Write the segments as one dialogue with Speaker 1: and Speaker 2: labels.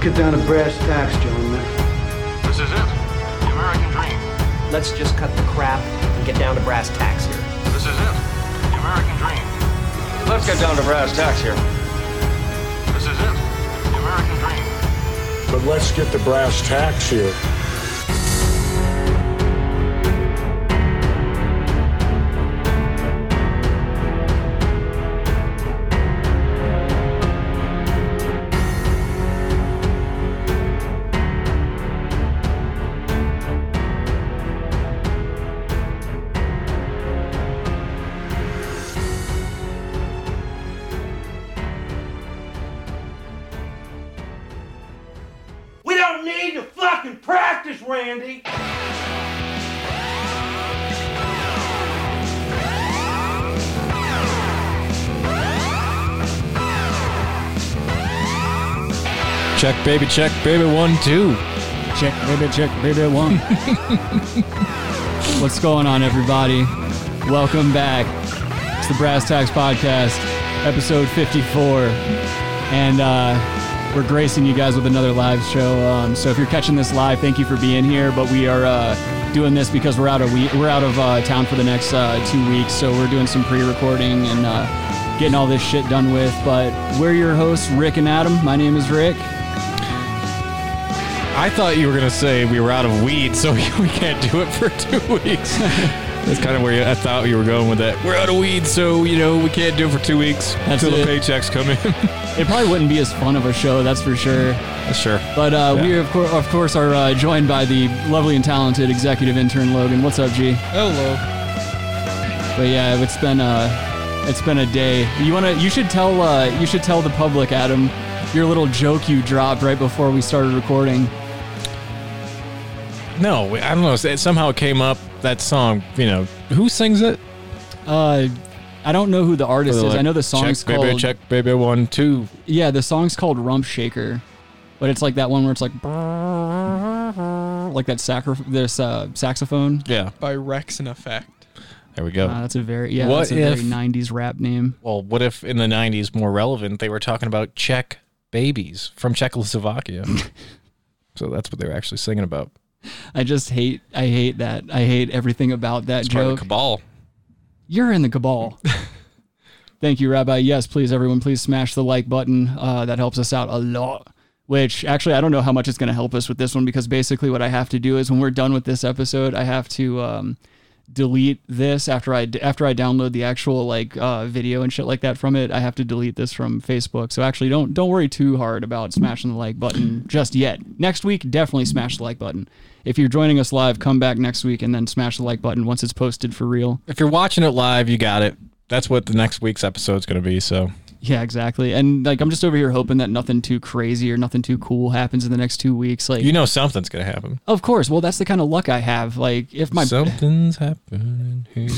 Speaker 1: get down to brass tacks, gentlemen.
Speaker 2: This is it. The American dream.
Speaker 3: Let's just cut the crap and get down to brass tacks here.
Speaker 2: This is it. The American dream.
Speaker 4: Let's get down to brass tacks here.
Speaker 2: This is it. The American dream.
Speaker 5: But let's get to brass tacks here.
Speaker 6: We don't need to fucking practice, Randy.
Speaker 7: Check, baby, check, baby, one, two.
Speaker 8: Check, baby, check, baby, one. What's going on, everybody? Welcome back. It's the Brass Tacks Podcast, episode 54. And uh, we're gracing you guys with another live show. Um, so if you're catching this live, thank you for being here. But we are uh, doing this because we're out of we- we're out of uh, town for the next uh, two weeks. So we're doing some pre-recording and uh, getting all this shit done with. But we're your hosts, Rick and Adam. My name is Rick.
Speaker 7: I thought you were gonna say we were out of weed, so we can't do it for two weeks. That's kind of where you, I thought you were going with that. We're out of weed, so you know we can't do it for two weeks
Speaker 8: That's
Speaker 7: until
Speaker 8: it.
Speaker 7: the paychecks come in.
Speaker 8: It probably wouldn't be as fun of a show, that's for sure.
Speaker 7: sure.
Speaker 8: But uh,
Speaker 7: Yeah.
Speaker 8: we, of, cour- of course, are uh, joined by the lovely and talented executive intern Logan. What's up, G?
Speaker 9: Oh.
Speaker 7: Hello.
Speaker 8: But yeah, it's been a, it's been a day. You wanna, you should tell, uh, you should tell the public, Adam, your little joke you dropped right before we started recording.
Speaker 7: No, I don't know. It somehow came up that song. You know who sings it?
Speaker 8: Uh, I don't know who the artist is. I know the song's
Speaker 7: check,
Speaker 8: called.
Speaker 7: Baby, check, baby, one, two.
Speaker 8: Yeah, the song's called Rump Shaker, but it's like that one where it's like, like that sacro- this uh, saxophone.
Speaker 7: Yeah.
Speaker 9: by Rex and Effect.
Speaker 7: There we go.
Speaker 8: Uh, that's a very yeah,
Speaker 7: What
Speaker 8: that's a
Speaker 7: if-
Speaker 8: very '90s rap name.
Speaker 7: well, what if in the '90s, more relevant, they were talking about Czech babies from Czechoslovakia? so that's what they were actually singing about.
Speaker 8: I just hate. I hate that. I hate everything about that
Speaker 7: Part of the
Speaker 8: joke.
Speaker 7: cabal.
Speaker 8: You're in the cabal. Thank you, Rabbi. Yes, please, everyone, please smash the like button. Uh, that helps us out a lot. Which actually, I don't know how much it's going to help us with this one because basically, what I have to do is when we're done with this episode, I have to um, delete this after I after I download the actual like uh, video and shit like that from it. I have to delete this from Facebook. So actually, don't don't worry too hard about smashing the like button just yet. Next week, definitely smash the like button. If you're joining us live, come back next week and then smash the like button once it's posted for real.
Speaker 7: If you're watching it live, you got it. That's what the next week's episode's going to be. So
Speaker 8: Yeah, exactly. And like I'm just over here hoping that nothing too crazy or nothing too cool happens in the next two weeks. Like
Speaker 7: you know something's going to happen.
Speaker 8: of course. Well that's the kind of luck I have. Like if my
Speaker 7: Something's happening here.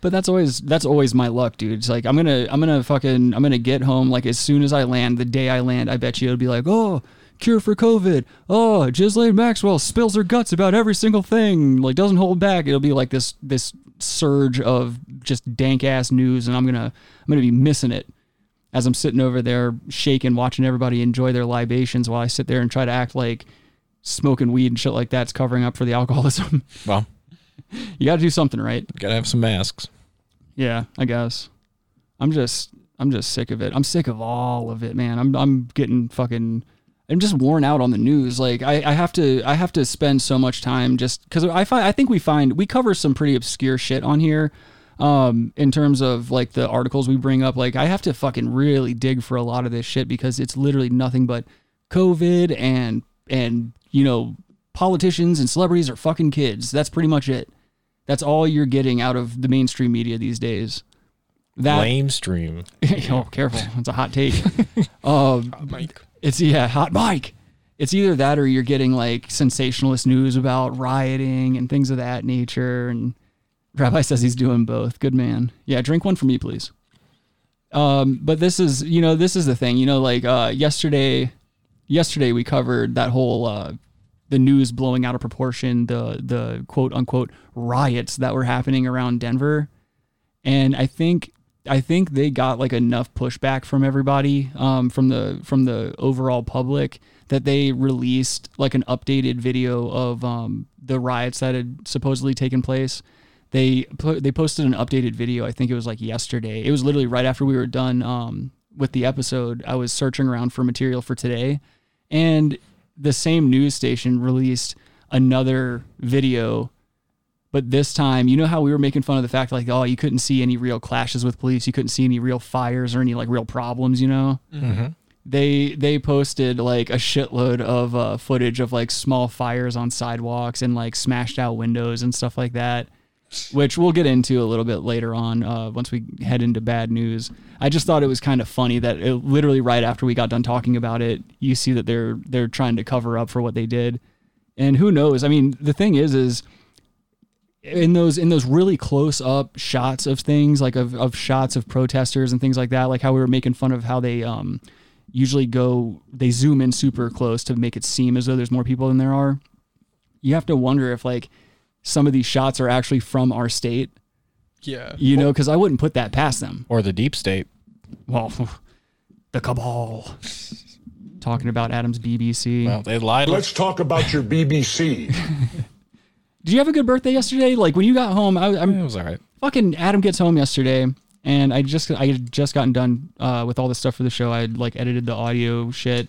Speaker 8: but that's always that's always my luck, dude. It's like I'm gonna I'm gonna fucking I'm gonna get home like as soon as I land, the day I land, I bet you it'll be like, Oh, cure for COVID. Oh, Ghislaine Maxwell spills her guts about every single thing, like doesn't hold back. It'll be like this this surge of just dank ass news and I'm gonna I'm gonna be missing it. as I'm sitting over there shaking, watching everybody enjoy their libations while I sit there and try to act like smoking weed and shit like that's covering up for the alcoholism.
Speaker 7: Well,
Speaker 8: you got to do something, right?
Speaker 7: got to have some masks.
Speaker 8: Yeah, I guess. I'm just, I'm just sick of it. I'm sick of all of it, man. I'm, I'm getting fucking, I'm just worn out on the news. Like I, I have to, I have to spend so much time just because I find, I think we find we cover some pretty obscure shit on here. Um, in terms of like the articles we bring up, like I have to fucking really dig for a lot of this shit because it's literally nothing but COVID and and you know politicians and celebrities are fucking kids. That's pretty much it. That's all you're getting out of the mainstream media these days. That
Speaker 7: Lame stream.
Speaker 8: oh, careful, it's a hot take. um,
Speaker 9: Mike.
Speaker 8: it's yeah, hot mic. It's either that or you're getting like sensationalist news about rioting and things of that nature. And Rabbi says he's doing both. Good man. Yeah, drink one for me, please. Um, but this is you know this is the thing you know like uh, yesterday, yesterday we covered that whole uh, the news blowing out of proportion the the quote unquote riots that were happening around Denver, and I think I think they got like enough pushback from everybody, um, from the from the overall public that they released like an updated video of um, the riots that had supposedly taken place. They put they posted an updated video. I think it was like yesterday. It was literally right after we were done um, with the episode. I was searching around for material for today, and the same news station released another video but this time, you know how we were making fun of the fact, like, oh, you couldn't see any real clashes with police, you couldn't see any real fires or any like real problems, you know. They they posted like a shitload of uh, footage of like small fires on sidewalks and like smashed out windows and stuff like that, which we'll get into a little bit later on uh, once we head into bad news. I just thought it was kind of funny that it, literally right after we got done talking about it, you see that they're they're trying to cover up for what they did, and who knows? I mean, the thing is, is in those in those really close up shots of things like of, of shots of protesters and things like that like how we were making fun of how they um usually go they zoom in super close to make it seem as though there's more people than there are you have to wonder if like some of these shots are actually from our state
Speaker 9: Yeah.
Speaker 8: you know because i wouldn't put that past them
Speaker 7: Or the deep state.
Speaker 8: well the cabal talking about adam's bbc
Speaker 7: Well, they lied.
Speaker 5: Let's talk about your BBC.
Speaker 8: did you have a good birthday yesterday like when you got home I, i'm
Speaker 7: it was all right.
Speaker 8: fucking Adam gets home yesterday, and I just I had just gotten done uh, with all this stuff for the show. I had like edited the audio shit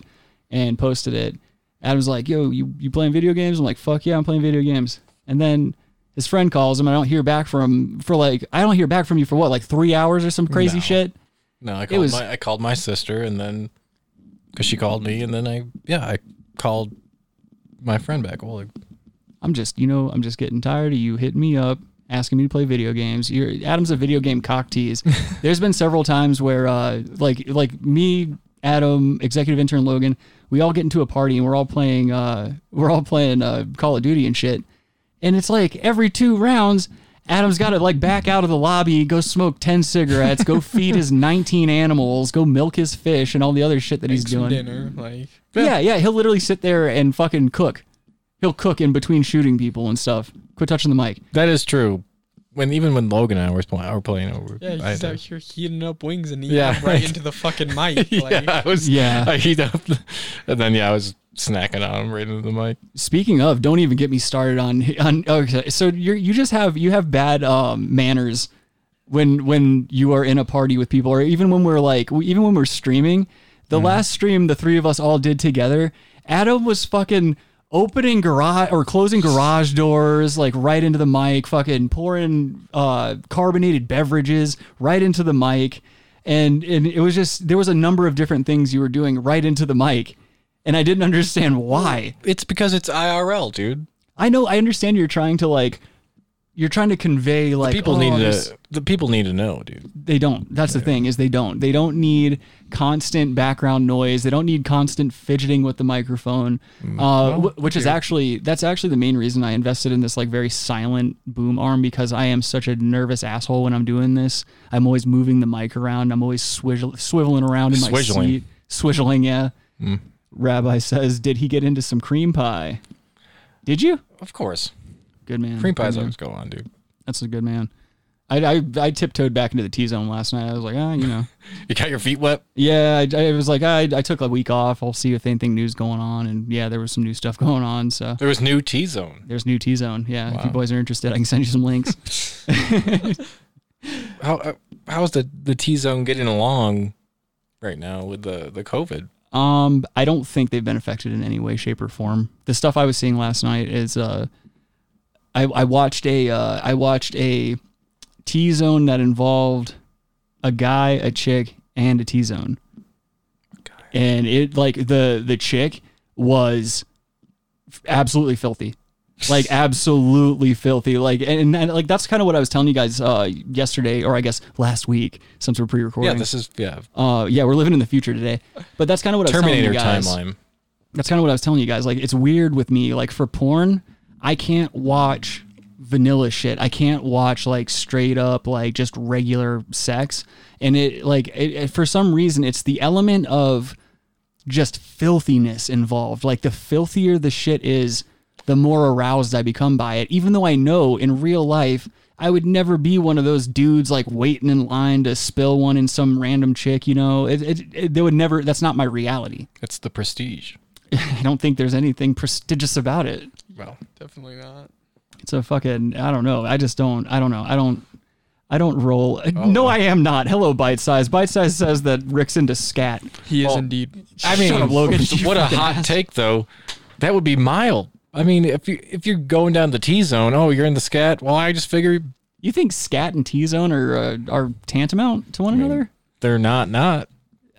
Speaker 8: and posted it. Adam's like, "Yo, you you playing video games?" I'm like, "Fuck yeah, I'm playing video games." And then his friend calls him. I don't hear back from for like I don't hear back from you for what like three hours or some crazy
Speaker 7: No.
Speaker 8: shit.
Speaker 7: No, I called
Speaker 8: was-
Speaker 7: my I called my sister and then because she called me and then I yeah I called my friend back. Well, like,
Speaker 8: I'm just you know I'm just getting tired of you hitting me up asking me to play video games. You're Adam's a video game cock tease. There's been several times where uh like like me, Adam, executive intern Logan, we all get into a party and we're all playing uh we're all playing uh Call of Duty and shit. And it's like every two rounds Adam's got to like back out of the lobby, go smoke 10 cigarettes, go feed his 19 animals, go milk his fish and all the other shit that he's
Speaker 9: Make some
Speaker 8: doing.
Speaker 9: dinner. Like
Speaker 8: Yeah, yeah. He'll literally sit there and fucking cook. He'll cook in between shooting people and stuff. Quit touching the mic.
Speaker 7: that is true. When even when Logan and I were playing, I were playing over.
Speaker 9: yeah,
Speaker 7: I,
Speaker 9: he's out here heating up wings and eating
Speaker 7: Yeah,
Speaker 9: them right
Speaker 7: right.
Speaker 9: into the fucking mic. Like
Speaker 7: yeah, I was
Speaker 8: Yeah.
Speaker 7: I heat up, and then yeah, I was snacking on him right into the mic.
Speaker 8: Speaking of, don't even get me started on on. Okay, so you you just have you have bad um, manners when when you are in a party with people, or even when we're like even when we're streaming. The last stream the three of us all did together, Adam was fucking opening garage or closing garage doors like right into the mic, fucking pouring uh, carbonated beverages right into the mic, and and it was just there was a number of different things you were doing right into the mic, and I didn't understand why.
Speaker 7: It's because it's IRL, dude.
Speaker 8: I know. I understand you're trying to like, you're trying to convey like
Speaker 7: People
Speaker 8: oh,
Speaker 7: need
Speaker 8: this-
Speaker 7: to the people need to know, dude.
Speaker 8: They don't. That's the thing is they don't. They don't need constant background noise. They don't need constant fidgeting with the microphone,
Speaker 7: Mm.
Speaker 8: uh, wh- which is actually that's actually the main reason I invested in this like very silent boom arm because I am such a nervous asshole when I'm doing this. I'm always moving the mic around. I'm always swizzle, swiveling around in my
Speaker 7: Swizzling. Mm.
Speaker 8: seat. Swizzling, yeah. Rabbi says, "Did he get into some cream pie? Did you?
Speaker 7: Of course,
Speaker 8: Good man.
Speaker 7: cream pies
Speaker 8: Good man.
Speaker 7: always go on, dude.
Speaker 8: That's a good man. I, I, I tiptoed back into the T zone last night. I was like, ah, you know,
Speaker 7: You got your feet wet.
Speaker 8: yeah. I, I was like, I, I took a week off. I'll see if anything new's going on. And yeah, there was some new stuff going on. So
Speaker 7: There was new T zone.
Speaker 8: there's new T zone. Yeah, if you boys are interested, I can send you some links.
Speaker 7: How uh, how's the the T zone getting along right now with the the COVID?
Speaker 8: Um, I don't think they've been affected in any way, shape, or form. The stuff I was seeing last night is uh, I I watched a uh, I watched a T zone that involved a guy, a chick, and a T zone, and it like the the chick was f- absolutely filthy like absolutely filthy like and, and, like that's kind of what i was telling you guys uh yesterday or i guess last week since we're pre-recording
Speaker 7: Yeah, this is yeah
Speaker 8: uh, yeah, we're living in the future today. But that's kind of what I was
Speaker 7: Terminator
Speaker 8: telling you guys.
Speaker 7: timeline.
Speaker 8: That's kind of what I was telling you guys. Like, it's weird with me. Like for porn, I can't watch vanilla shit. I can't watch like straight up like just regular sex. And it like it, it- for some reason it's the element of just filthiness involved. Like the filthier the shit is, the more aroused I become by it. Even though I know in real life. I would never be one of those dudes like waiting in line to spill one in some random chick. You know, it, it, it, they would never. That's not my reality.
Speaker 10: It's the prestige.
Speaker 8: I don't think there's anything prestigious about it.
Speaker 10: Well,
Speaker 9: Definitely not.
Speaker 8: It's a fucking. I don't know. I just don't. I don't know. I don't. I don't roll.
Speaker 9: Oh,
Speaker 8: No, I am not. Hello, bite size. Bite size says that Rick's into scat.
Speaker 9: He is indeed.
Speaker 10: I mean,
Speaker 8: up, Logan, you
Speaker 10: what a
Speaker 8: fucking
Speaker 10: hot take though. That would be mild. I mean, if you if you're going down the T zone, oh, you're in the scat. Well, I just figure
Speaker 8: You think scat and T zone are uh, are tantamount to one another?
Speaker 10: they're not not.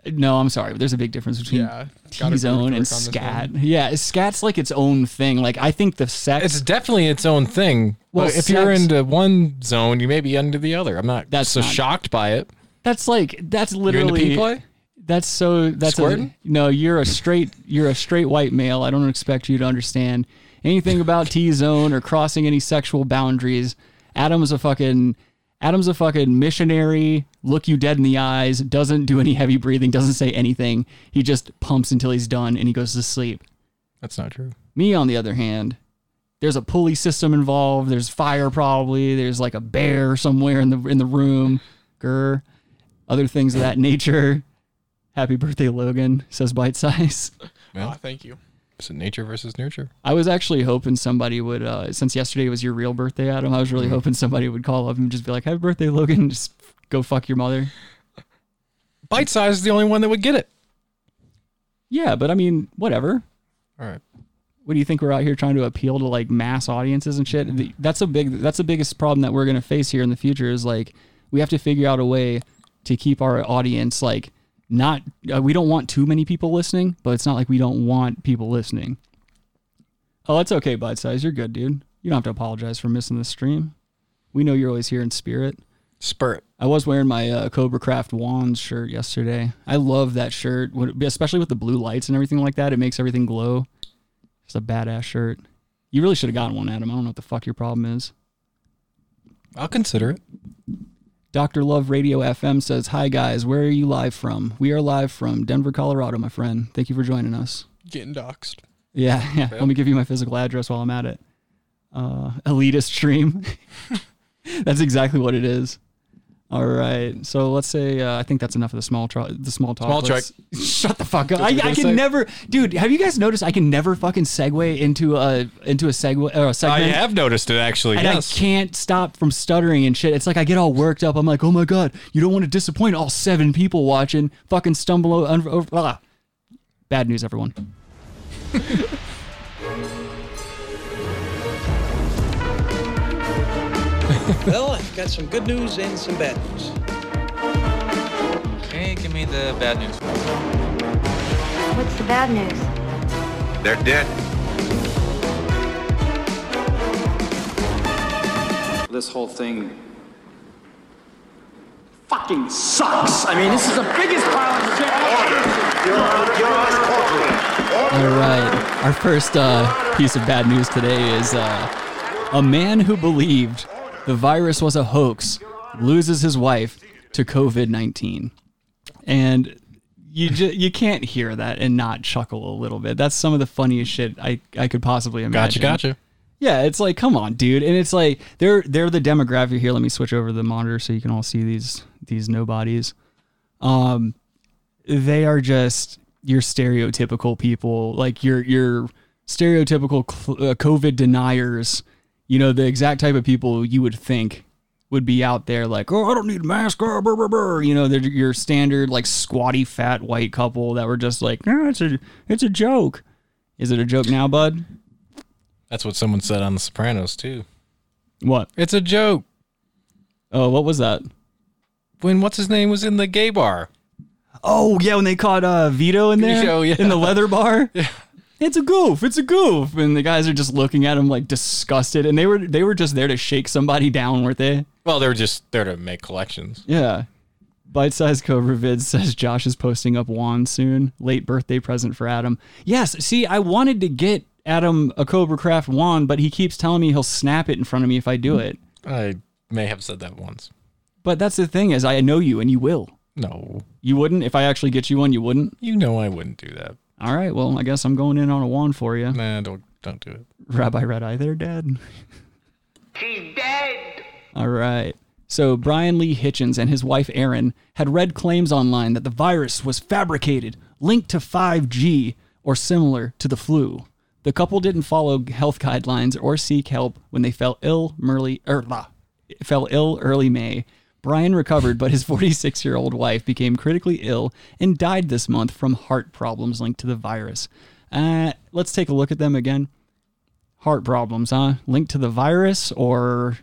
Speaker 8: No, I'm sorry. But there's a big difference between
Speaker 9: Yeah, gotta
Speaker 8: T zone
Speaker 9: work on
Speaker 8: and
Speaker 9: this
Speaker 8: scat. Yeah, scat's like its own thing. Like I think the sex.
Speaker 10: It's definitely its own thing.
Speaker 8: Well,
Speaker 10: Well, if you're
Speaker 8: sex-
Speaker 10: into one zone, you may be into the other. I'm not
Speaker 8: That's
Speaker 10: so
Speaker 8: not-
Speaker 10: shocked by it.
Speaker 8: that's like that's
Speaker 10: You're into
Speaker 8: literally.
Speaker 10: P play.
Speaker 8: That's so. That's a,
Speaker 10: Squirtin'?
Speaker 8: no. You're a straight. You're a straight white male. I don't expect you to understand anything about T zone or crossing any sexual boundaries. Adam's a fucking. Adam's a fucking missionary. Look you dead in the eyes. Doesn't do any heavy breathing. Doesn't say anything. He just pumps until he's done and he goes to sleep.
Speaker 10: That's not true.
Speaker 8: Me, on the other hand, there's a pulley system involved. There's fire, probably. There's like a bear somewhere in the in the room. Grr. Other things of that nature. Happy birthday, Logan. Says bite size.
Speaker 9: Ah, thank you.
Speaker 10: Is it nature versus nurture?
Speaker 8: I was actually hoping somebody would, uh, since yesterday was your real birthday, Adam. I was
Speaker 10: Mm-hmm.
Speaker 8: really hoping somebody would call up and just be like, "Happy birthday, Logan." Just go fuck your mother.
Speaker 10: Bite size is the only one that would get it.
Speaker 8: Yeah, but I mean, whatever.
Speaker 10: All right.
Speaker 8: what do you think we're out here trying to appeal to like mass audiences and shit? The- That's a big that's the biggest problem that we're gonna face here in the future is like we have to figure out a way to keep our audience like not uh, we don't want too many people listening, but it's not like we don't want people listening. Oh, that's okay, bite size. You're good, dude. You don't have to apologize for missing the stream. We know you're always here in spirit.
Speaker 10: Spurt.
Speaker 8: I was wearing my uh, Cobra Craft Wands shirt yesterday. I love that shirt, When- especially with the blue lights and everything like that. It makes everything glow. It's a badass shirt. You really should have gotten one, Adam. I don't know what the fuck your problem is.
Speaker 10: I'll consider it.
Speaker 8: Dr. Love Radio FM says, Hi, guys. Where are you live from? We are live from Denver, Colorado, my friend. Thank you for joining us.
Speaker 9: Getting doxxed.
Speaker 8: Yeah, yeah. Let me give you my physical address while I'm at it. Uh, elitist stream. that's exactly what it is. All right. So let's say uh, I think that's enough of the small tro- the small talk.
Speaker 10: Small
Speaker 8: Let's- Shut the fuck up. I,
Speaker 10: That's what I
Speaker 8: I
Speaker 10: was
Speaker 8: can
Speaker 10: gonna say.
Speaker 8: never, dude. Have you guys noticed I can never fucking segue into a into a segue or a
Speaker 10: I
Speaker 8: segment?
Speaker 10: have noticed it actually.
Speaker 8: And
Speaker 10: yes.
Speaker 8: I can't stop from stuttering and shit. It's like I get all worked up. I'm like, oh my god, you don't want to disappoint all seven people watching. Fucking stumble o- un- over. ah. Bad news, everyone.
Speaker 11: Well, I've got some good news and some bad news.
Speaker 4: Okay, give me the bad news.
Speaker 12: What's the bad news?
Speaker 2: They're dead.
Speaker 11: This whole thing fucking sucks. I mean, this is the biggest pile of shit I've ever
Speaker 8: All right. Our first uh, piece of bad news today is uh, a man who believed the virus was a hoax loses his wife to COVID 19. And you, ju- you can't hear that and not chuckle a little bit. That's some of the funniest shit I, I could possibly
Speaker 10: Gotcha,
Speaker 8: imagine.
Speaker 10: gotcha.
Speaker 8: Yeah, it's like, come on, dude. And it's like they're they're the demographic here. Let me switch over the monitor so you can all see these these nobodies. Um they are just your stereotypical people, like your your stereotypical cl- uh, COVID deniers. You know, the exact type of people you would think would be out there like, oh, I don't need a mask. ah, brr, brr, brr." You know, they're your standard like squatty fat white couple that were just like, no, it's a it's a joke. Is it a joke now, bud?
Speaker 10: That's what someone said on The Sopranos too.
Speaker 8: What?
Speaker 10: It's a joke.
Speaker 8: Oh, what was that?
Speaker 10: When what's his name was in the gay bar.
Speaker 8: Oh yeah, when they caught uh, Vito in there
Speaker 10: Vito, yeah.
Speaker 8: in the leather bar. It's a goof. It's a goof. And the guys are just looking at him like disgusted. And they were they were just there to shake somebody down, weren't they?
Speaker 10: Well, they were just there to make collections.
Speaker 8: Yeah. Bite size Cobra vid says Josh is posting up Juan soon. Late birthday present for Adam. Yes. See, I wanted to get Adam a Cobra Craft Juan, but he keeps telling me he'll snap it in front of me if I
Speaker 10: Hmm.
Speaker 8: do it.
Speaker 10: I may have said that once.
Speaker 8: But that's the thing is, I know you and you will.
Speaker 10: No,
Speaker 8: You wouldn't if I actually get you one. You wouldn't.
Speaker 10: you know I wouldn't do that.
Speaker 8: All right. Well, I guess I'm going in on a Juan for you.
Speaker 10: Nah, don't don't do it.
Speaker 8: Rabbi Red Eye, they're dead.
Speaker 12: She's dead.
Speaker 8: All right. So Brian Lee Hitchens and his wife Erin had read claims online that the virus was fabricated, linked to 5G, or similar to the flu. The couple didn't follow health guidelines or seek help when they fell ill early, er, blah, fell ill early May. Brian recovered, but his 46 year old wife became critically ill and died this month from heart problems linked to the virus. Uh, let's take a look at them again. Heart problems, huh? Linked to the virus or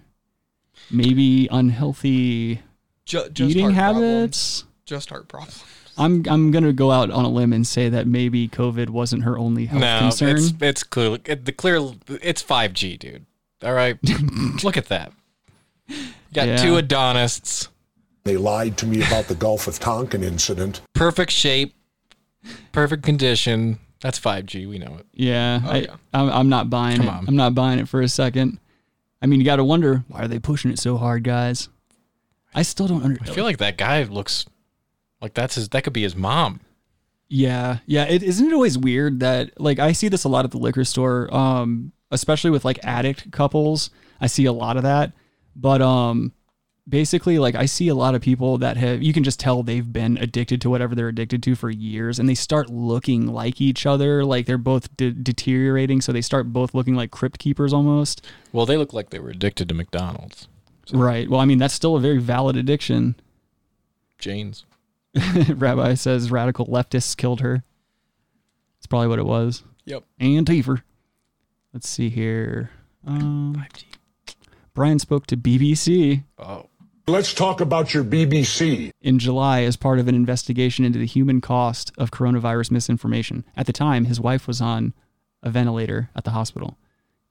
Speaker 8: maybe unhealthy
Speaker 9: Ju- just
Speaker 8: eating
Speaker 9: heart
Speaker 8: habits?
Speaker 9: problems. Just heart problems.
Speaker 8: I'm I'm gonna go out on a limb and say that maybe COVID wasn't her only health
Speaker 10: No,
Speaker 8: concern.
Speaker 10: it's it's clear. It, the clear it's five G, dude. All right, look at that. Got
Speaker 5: Yeah.
Speaker 10: two Adonists,
Speaker 5: They lied to me about the Gulf of Tonkin incident.
Speaker 10: perfect shape, perfect condition. That's five G. We know it.
Speaker 8: Yeah,
Speaker 9: Oh,
Speaker 8: I, I'm, I'm not buying
Speaker 10: Come
Speaker 8: it.
Speaker 10: on.
Speaker 8: I'm not buying it for a second. I mean, you got to wonder why are they pushing it so hard, guys? I still don't
Speaker 10: I
Speaker 8: understand.
Speaker 10: feel like that guy looks like that's his. That could be his mom.
Speaker 8: Yeah, yeah. It, isn't it always weird that like I see this a lot at the liquor store, um, especially with like addict couples. I see a lot of that, but um, basically like I see a lot of people that have you can just tell they've been addicted to whatever they're addicted to for years, and they start looking like each other. Like they're both de- deteriorating, so they start both looking like crypt keepers almost.
Speaker 10: Well, they look like they were addicted to McDonald's,
Speaker 8: Right. Well, I mean that's still a very valid addiction.
Speaker 10: Jane's.
Speaker 8: Rabbi says radical leftists killed her. That's probably what it was.
Speaker 9: Yep.
Speaker 8: And Tiefer. Let's see here. Um, Brian spoke to BBC.
Speaker 10: Oh.
Speaker 5: Let's talk about your BBC.
Speaker 8: in July as part of an investigation into the human cost of coronavirus misinformation. At the time, his wife was on a ventilator at the hospital.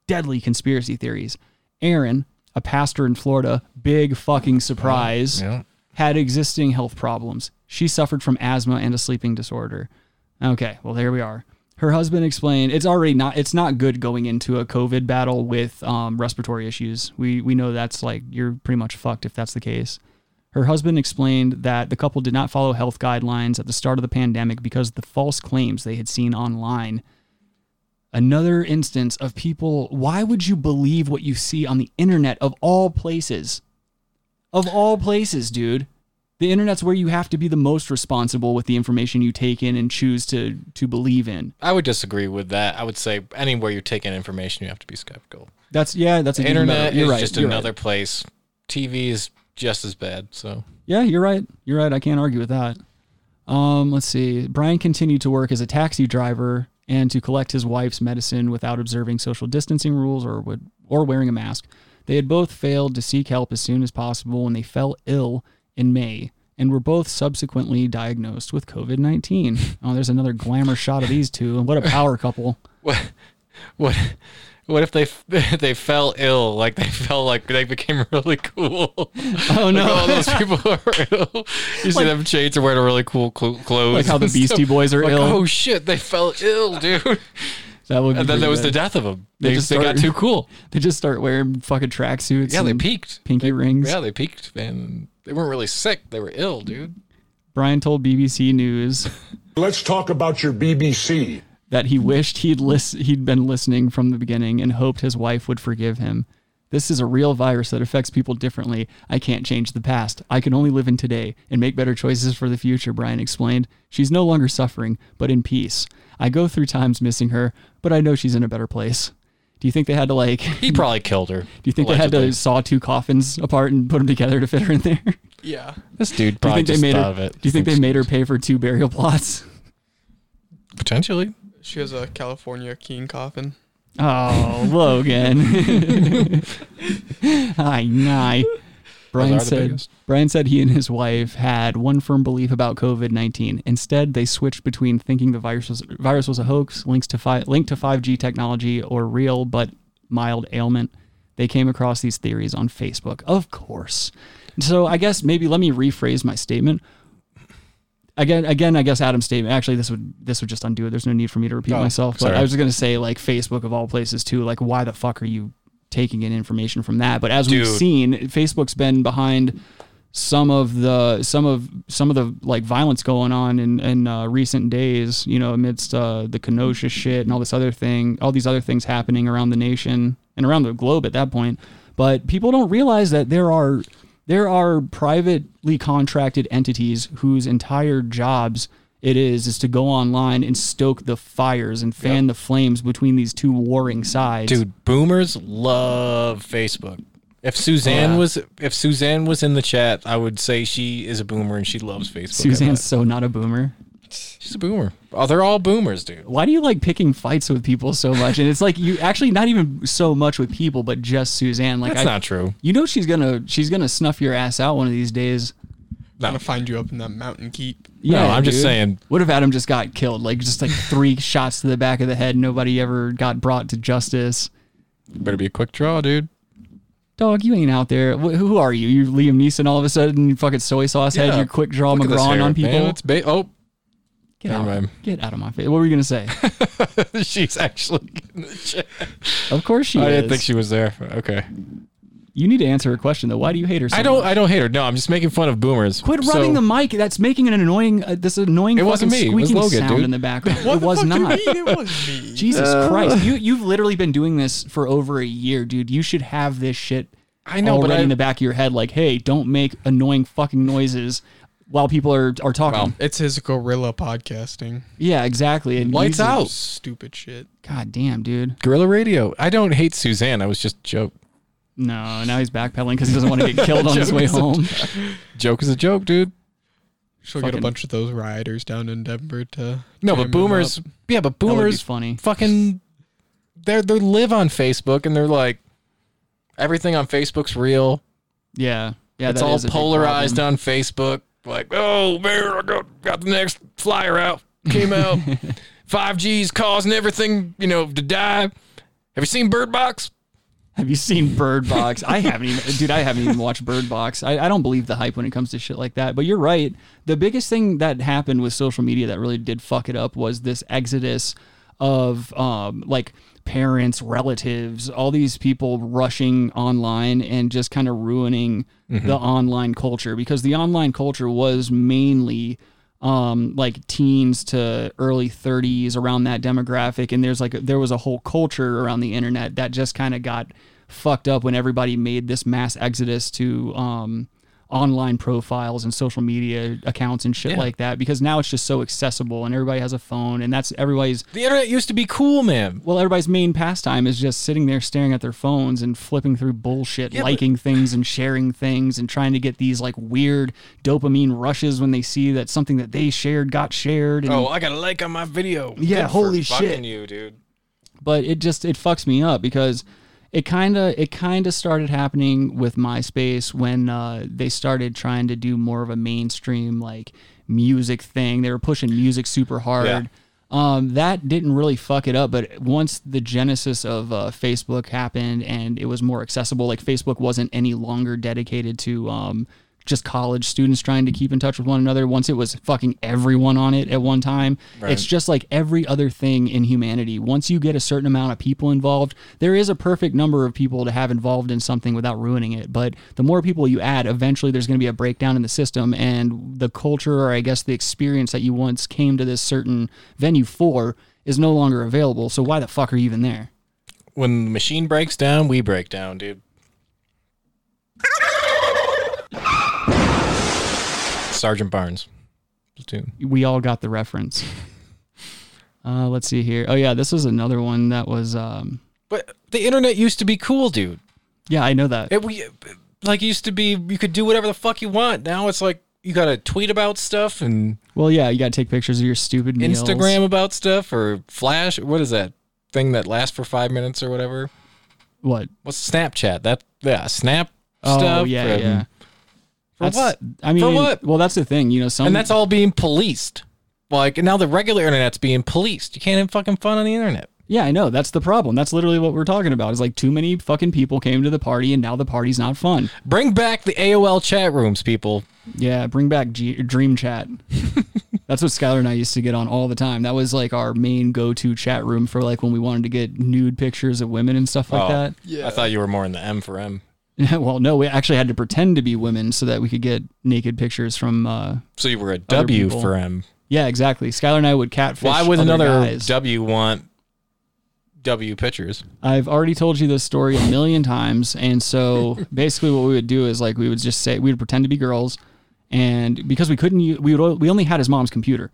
Speaker 8: Deadly conspiracy theories. Aaron, a pastor in Florida, big fucking surprise,
Speaker 10: Yeah.
Speaker 8: had existing health problems. She suffered from asthma and a sleeping disorder. Okay, well there we are. Her husband explained it's already not it's not good going into a COVID battle with um, respiratory issues. We we know that's like you're pretty much fucked if that's the case. Her husband explained that the couple did not follow health guidelines at the start of the pandemic because of the false claims they had seen online. Another instance of people, why would you believe what you see on the internet of all places? Of all places, dude. The internet's where you have to be the most responsible with the information you take in and choose to to believe in.
Speaker 10: I would disagree with that. I would say anywhere you're taking information, you have to be skeptical.
Speaker 8: That's yeah, that's a given
Speaker 10: Internet
Speaker 8: battle. You're
Speaker 10: is
Speaker 8: right,
Speaker 10: just
Speaker 8: you're right.
Speaker 10: another place. TV is just as bad. So
Speaker 8: Yeah, you're right. You're right. I can't argue with that. Um, let's see. Brian continued to work as a taxi driver and to collect his wife's medicine without observing social distancing rules or would, or wearing a mask. They had both failed to seek help as soon as possible when they fell ill in May and were both subsequently diagnosed with COVID 19. oh, there's another glamour shot of these two. And what a power couple.
Speaker 10: what what what if they they fell ill like they fell like they became really cool
Speaker 8: Oh, no.
Speaker 10: like all those people are ill you see
Speaker 8: Like-
Speaker 10: them shades are wearing really cool cl- clothes
Speaker 8: Like how the
Speaker 10: and stuff.
Speaker 8: Beastie Boys are
Speaker 10: Like,
Speaker 8: ill.
Speaker 10: oh shit they fell ill dude
Speaker 8: That would be
Speaker 10: and then there
Speaker 8: pretty
Speaker 10: was the
Speaker 8: good.
Speaker 10: death of them they, they, got
Speaker 8: start-
Speaker 10: too cool
Speaker 8: They just start wearing fucking tracksuits.
Speaker 10: yeah they
Speaker 8: and
Speaker 10: peaked
Speaker 8: Pinky rings.
Speaker 10: yeah they peaked and they weren't really sick they were ill dude
Speaker 8: Brian told BBC News
Speaker 5: Let's talk about your BBC.
Speaker 8: that he wished he'd lis- he'd been listening from the beginning and hoped his wife would forgive him. This is a real virus that affects people differently. I can't change the past. I can only live in today and make better choices for the future, Brian explained. She's no longer suffering, but in peace. I go through times missing her, but I know she's in a better place. Do you think they had to like Do
Speaker 10: he probably killed her do
Speaker 8: you think they had to saw two coffins apart and put them together to fit her in there? Do
Speaker 9: Yeah.
Speaker 10: this dude
Speaker 8: you
Speaker 10: probably
Speaker 8: think they
Speaker 10: just
Speaker 8: made
Speaker 10: thought
Speaker 8: her
Speaker 10: of it
Speaker 8: Do you think they made her pay for two burial plots?
Speaker 10: potentially
Speaker 9: She has a California king coffin.
Speaker 8: Oh, Logan. Hi, nigh.
Speaker 10: are
Speaker 8: Brian
Speaker 10: the
Speaker 8: said,
Speaker 10: biggest.
Speaker 8: Brian said he and his wife had one firm belief about COVID 19. Instead, they switched between thinking the virus was, virus was a hoax, links to fi- linked to 5G technology, or real but mild ailment. They came across these theories on Facebook, of course. So I guess maybe let me rephrase my statement. Again, again, I guess Adam's statement. Actually, this would this would just undo it. There's no need for me to repeat
Speaker 10: Oh,
Speaker 8: myself. But
Speaker 10: sorry.
Speaker 8: I was just gonna say like Facebook of all places too. Like, why the fuck are you taking in information from that? But as we've
Speaker 10: Dude.
Speaker 8: seen, Facebook's been behind some of the some of some of the like violence going on in in uh, recent days. You know, amidst uh, the Kenosha shit and all this other thing, all these other things happening around the nation and around the globe at that point. But people don't realize that there are there are privately contracted entities whose entire jobs it is is to go online and stoke the fires and fan the flames between these two warring sides.
Speaker 2: Dude, boomers love Facebook. If Suzanne
Speaker 8: Yeah.
Speaker 2: was if Suzanne was in the chat, I would say she is a boomer and she loves Facebook. I
Speaker 8: Suzanne's
Speaker 2: bet.
Speaker 8: so not a boomer.
Speaker 2: she's a boomer. Oh, they're all boomers, dude.
Speaker 8: Why do you like picking fights with people so much? And it's like you actually not even so much with people, but just Suzanne. Like
Speaker 2: That's not true.
Speaker 8: You know she's gonna she's gonna snuff your ass out one of these days.
Speaker 9: Gonna find you up in that mountain keep.
Speaker 8: Yeah,
Speaker 2: I'm just
Speaker 8: dude.
Speaker 2: saying-
Speaker 8: What if Adam just got killed? Like just like three shots to the back of the head. Nobody ever got brought to justice.
Speaker 2: Better be a quick draw, dude.
Speaker 8: Dog, you ain't out there. Wh- who are you? You're Liam Neeson all of a sudden. You fucking soy sauce head.
Speaker 2: Yeah.
Speaker 8: You're quick draw
Speaker 2: Look at this
Speaker 8: McGraw
Speaker 2: hair,
Speaker 8: on people.
Speaker 2: man. It's ba- oh,
Speaker 8: Get
Speaker 2: Never
Speaker 8: out.
Speaker 2: mind.
Speaker 8: Get out of my face. What were you gonna say?
Speaker 2: she's actually in the chat.
Speaker 8: Of course she
Speaker 2: I
Speaker 8: is.
Speaker 2: didn't think she was there. Okay.
Speaker 8: you need to answer a question though. Why do you hate her? So
Speaker 2: I
Speaker 8: much?
Speaker 2: don't I don't hate her. No, I'm just making fun of boomers.
Speaker 8: Quit rubbing the mic. That's making an annoying. Uh, this annoying.
Speaker 2: It wasn't
Speaker 8: fucking
Speaker 2: me. It was
Speaker 8: Squeaking
Speaker 2: Logan,
Speaker 8: sound
Speaker 2: dude.
Speaker 8: in the background. it was not.
Speaker 9: It was me.
Speaker 8: Jesus Christ! You you've literally been doing this for over a year, dude. You should have this shit.
Speaker 2: I know, but
Speaker 8: already
Speaker 2: I-
Speaker 8: in the back of your head, like, hey, don't make annoying fucking noises while people are are talking.
Speaker 9: It's his gorilla podcasting.
Speaker 8: Oh. yeah, exactly. And
Speaker 2: Lights
Speaker 8: you-
Speaker 2: out.
Speaker 9: Stupid shit.
Speaker 8: God damn, dude.
Speaker 2: Gorilla Radio. I don't hate Suzanne. I was just joke.
Speaker 8: No, now he's backpedaling because he doesn't want to get killed on his way
Speaker 2: Joke is a-
Speaker 8: home.
Speaker 2: Joke is a joke, dude.
Speaker 9: She'll get
Speaker 8: Fucking-
Speaker 9: a bunch of those rioters down in Denver to
Speaker 2: No,
Speaker 9: jam
Speaker 2: but
Speaker 9: him
Speaker 2: boomers.
Speaker 9: up.
Speaker 2: Yeah, but
Speaker 8: That would be
Speaker 2: boomers.
Speaker 8: funny.
Speaker 2: Fucking. They they live on Facebook and they're like, everything on Facebook's real.
Speaker 8: Yeah, yeah.
Speaker 2: it's
Speaker 8: that
Speaker 2: all
Speaker 8: is a big
Speaker 2: polarized
Speaker 8: problem.
Speaker 2: on Facebook. Like, oh man, I got, got the next flyer out. Came out. Five G's causing everything you know to die. Have you seen Bird Box?
Speaker 8: Have you seen Bird Box? I haven't even, dude. I haven't even watched Bird Box. I, I don't believe the hype when it comes to shit like that. But you're right. The biggest thing that happened with social media that really did fuck it up was this exodus of um, like parents, relatives, all these people rushing online and just kind of ruining the online culture because the online culture was mainly um, like teens to early 30s around that demographic and there's like there was a whole culture around the internet that just kind of got fucked up when everybody made this mass exodus to um, online profiles and social media accounts and shit like that because now it's just so accessible and everybody has a phone and that's everybody's
Speaker 2: The internet used to be cool, man.
Speaker 8: well everybody's main pastime is just sitting there staring at their phones and flipping through bullshit liking things and sharing things and trying to get these like weird dopamine rushes when they see that something that they shared got shared and,
Speaker 2: Oh, I got a like on my video.
Speaker 8: Yeah,
Speaker 2: for
Speaker 8: holy
Speaker 2: fucking
Speaker 8: shit.
Speaker 2: you, dude.
Speaker 8: but it just it fucks me up because it kind of it kind of started happening with MySpace when uh, they started trying to do more of a mainstream like music thing. They were pushing music super hard.
Speaker 2: Yeah.
Speaker 8: Um, that didn't really fuck it up, but once the genesis of uh, Facebook happened and it was more accessible, like Facebook wasn't any longer dedicated to um, just college students trying to keep in touch with one another. Once it was fucking everyone on it at one time, it's just like every other thing in humanity. Once you get a certain amount of people involved, there is a perfect number of people to have involved in something without ruining it. But the more people you add, eventually there's going to be a breakdown in the system and the culture, or I guess the experience that you once came to this certain venue for, is no longer available. So why the fuck are you even there?
Speaker 2: When the machine breaks down, we break down, dude. Sergeant Barnes, platoon.
Speaker 8: we all got the reference. Uh, let's see here. Oh yeah, this was another one that was. Um,
Speaker 2: But the internet used to be cool, dude.
Speaker 8: yeah, I know that.
Speaker 2: It we like it used to be. You could do whatever the fuck you want. Now it's like you gotta tweet about stuff and
Speaker 8: well, yeah, you gotta take pictures of your stupid meals.
Speaker 2: Instagram about stuff or Flash. What is that thing that lasts for five minutes or whatever?
Speaker 8: What?
Speaker 2: What's Snapchat? That yeah, Snap
Speaker 8: Oh
Speaker 2: stuff.
Speaker 8: yeah,
Speaker 2: and-
Speaker 8: yeah.
Speaker 2: For
Speaker 8: That's-
Speaker 2: what?
Speaker 8: I mean,
Speaker 2: for what?
Speaker 8: Well, that's the thing. You know, some
Speaker 2: and that's all being policed. Like and now the regular internet's being policed. You can't have fucking fun on the internet.
Speaker 8: Yeah, I know. That's the problem. That's literally what we're talking about. Is like too many fucking people came to the party, and now the party's not fun.
Speaker 2: Bring back the AOL chat rooms, people.
Speaker 8: Yeah, bring back G- Dream Chat. That's what Skylar and I used to get on all the time. That was like our main go-to chat room for like when we wanted to get nude pictures of women and stuff like
Speaker 2: Oh,
Speaker 8: that.
Speaker 2: I thought you were more in the M for M.
Speaker 8: well, no, we actually had to pretend to be women so that we could get naked pictures from. Uh,
Speaker 2: So you were a W
Speaker 8: people.
Speaker 2: for M.
Speaker 8: yeah, exactly. Skylar and I would catfish.
Speaker 2: Why would
Speaker 8: other
Speaker 2: another
Speaker 8: guys.
Speaker 2: W want W Pictures.
Speaker 8: I've already told you this story a million times. And so basically, what we would do is like we would just say, we would pretend to be girls. And because we couldn't, u- we, would, we only had his mom's computer.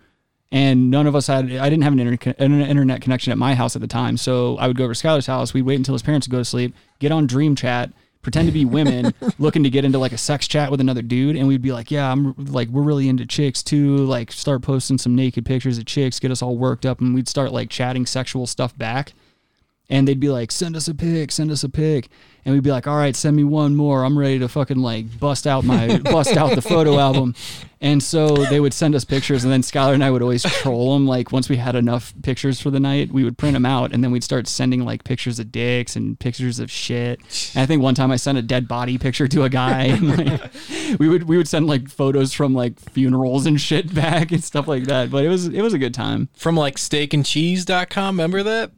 Speaker 8: And none of us had, I didn't have an, inter- an internet connection at my house at the time. So I would go over to Skylar's house. We'd wait until his parents would go to sleep, get on Dream Chat, pretend to be women looking to get into like a sex chat with another dude and we'd be like yeah i'm like we're really into chicks too like start posting some naked pictures of chicks get us all worked up and we'd start like chatting sexual stuff back and they'd be like send us a pic send us a pic and we'd be like all right send me one more i'm ready to fucking like bust out my bust out the photo album and so they would send us pictures and then skylar and i would always troll them like once we had enough pictures for the night we would print them out and then we'd start sending like pictures of dicks and pictures of shit and i think one time i sent a dead body picture to a guy and like we would we would send like photos from like funerals and shit back and stuff like that but it was it was a good time
Speaker 2: from like steakandcheese.com remember that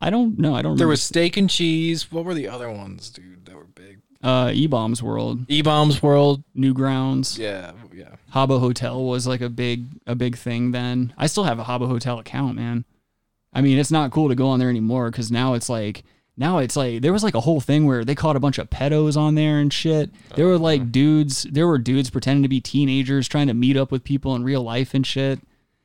Speaker 8: I don't know. I don't.
Speaker 2: There remember. was steak and cheese. What were the other ones, dude? That were big.
Speaker 8: Uh, E Bombs World,
Speaker 2: E Bombs World,
Speaker 8: Newgrounds.
Speaker 2: Yeah, yeah.
Speaker 8: Habbo Hotel was like a big a big thing then. I still have a Habbo Hotel account, man. I mean, it's not cool to go on there anymore because now it's like now it's like there was like a whole thing where they caught a bunch of pedos on there and shit. There were like dudes. There were dudes pretending to be teenagers trying to meet up with people in real life and shit.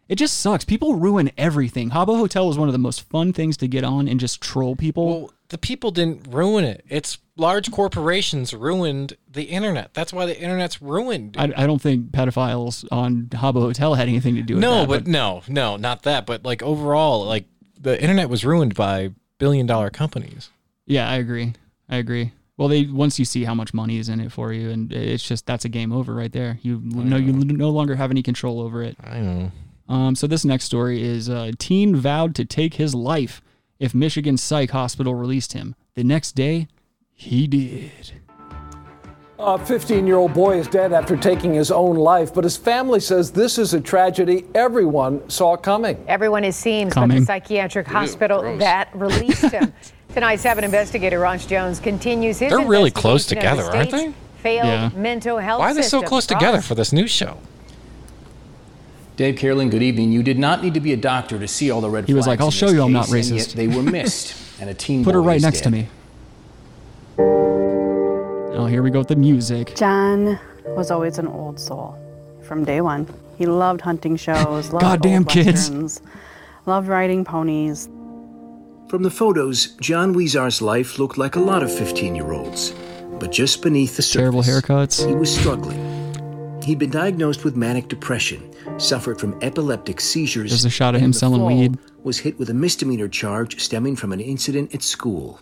Speaker 8: It just sucks. People ruin everything. Habbo Hotel was one of the most fun things to get on and just troll people. Well,
Speaker 2: the people didn't ruin it. It's large corporations ruined the internet. That's why the internet's ruined.
Speaker 8: I, I don't think pedophiles on Habbo Hotel had anything to do with
Speaker 2: no,
Speaker 8: that,
Speaker 2: but, but no, no, not that. But like overall, like the internet was ruined by billion dollar companies.
Speaker 8: Yeah, I agree. I agree. Well, they once you see how much money is in it for you, and it's just that's a game over right there. You know you no longer have any control over it.
Speaker 2: I know.
Speaker 8: Um, so this next story is uh, teen vowed to take his life if Michigan Psych Hospital released him. The next day, he did.
Speaker 6: A 15 year old boy is dead after taking his own life, but his family says this is a tragedy everyone saw coming.
Speaker 13: Everyone is seen but the psychiatric hospital Ew, that released him. Tonight's Seven investigator Ross Jones continues his.
Speaker 2: They're really close together, the aren't they?
Speaker 13: Failed yeah. mental health.
Speaker 2: Why are they so
Speaker 13: system?
Speaker 2: close together for this new show?
Speaker 14: Dave Carolyn, good evening. You did not need to be a doctor to see all the red
Speaker 8: he flags. He was like, "I'll show you, I'm not racist."
Speaker 14: yet they were missed, and a team.
Speaker 8: Put her right next dead. to me. Oh, here we go with the music.
Speaker 15: John was always an old soul from day one. He loved hunting shows. loved
Speaker 8: Goddamn kids.
Speaker 15: Westerns, loved riding ponies.
Speaker 14: From the photos, John Weezar's life looked like a lot of 15-year-olds, but just beneath the surface,
Speaker 8: terrible haircuts.
Speaker 14: He was struggling. He'd been diagnosed with manic depression, suffered from epileptic seizures.
Speaker 8: There's a shot of him selling fall, weed.
Speaker 14: Was hit with a misdemeanor charge stemming from an incident at school.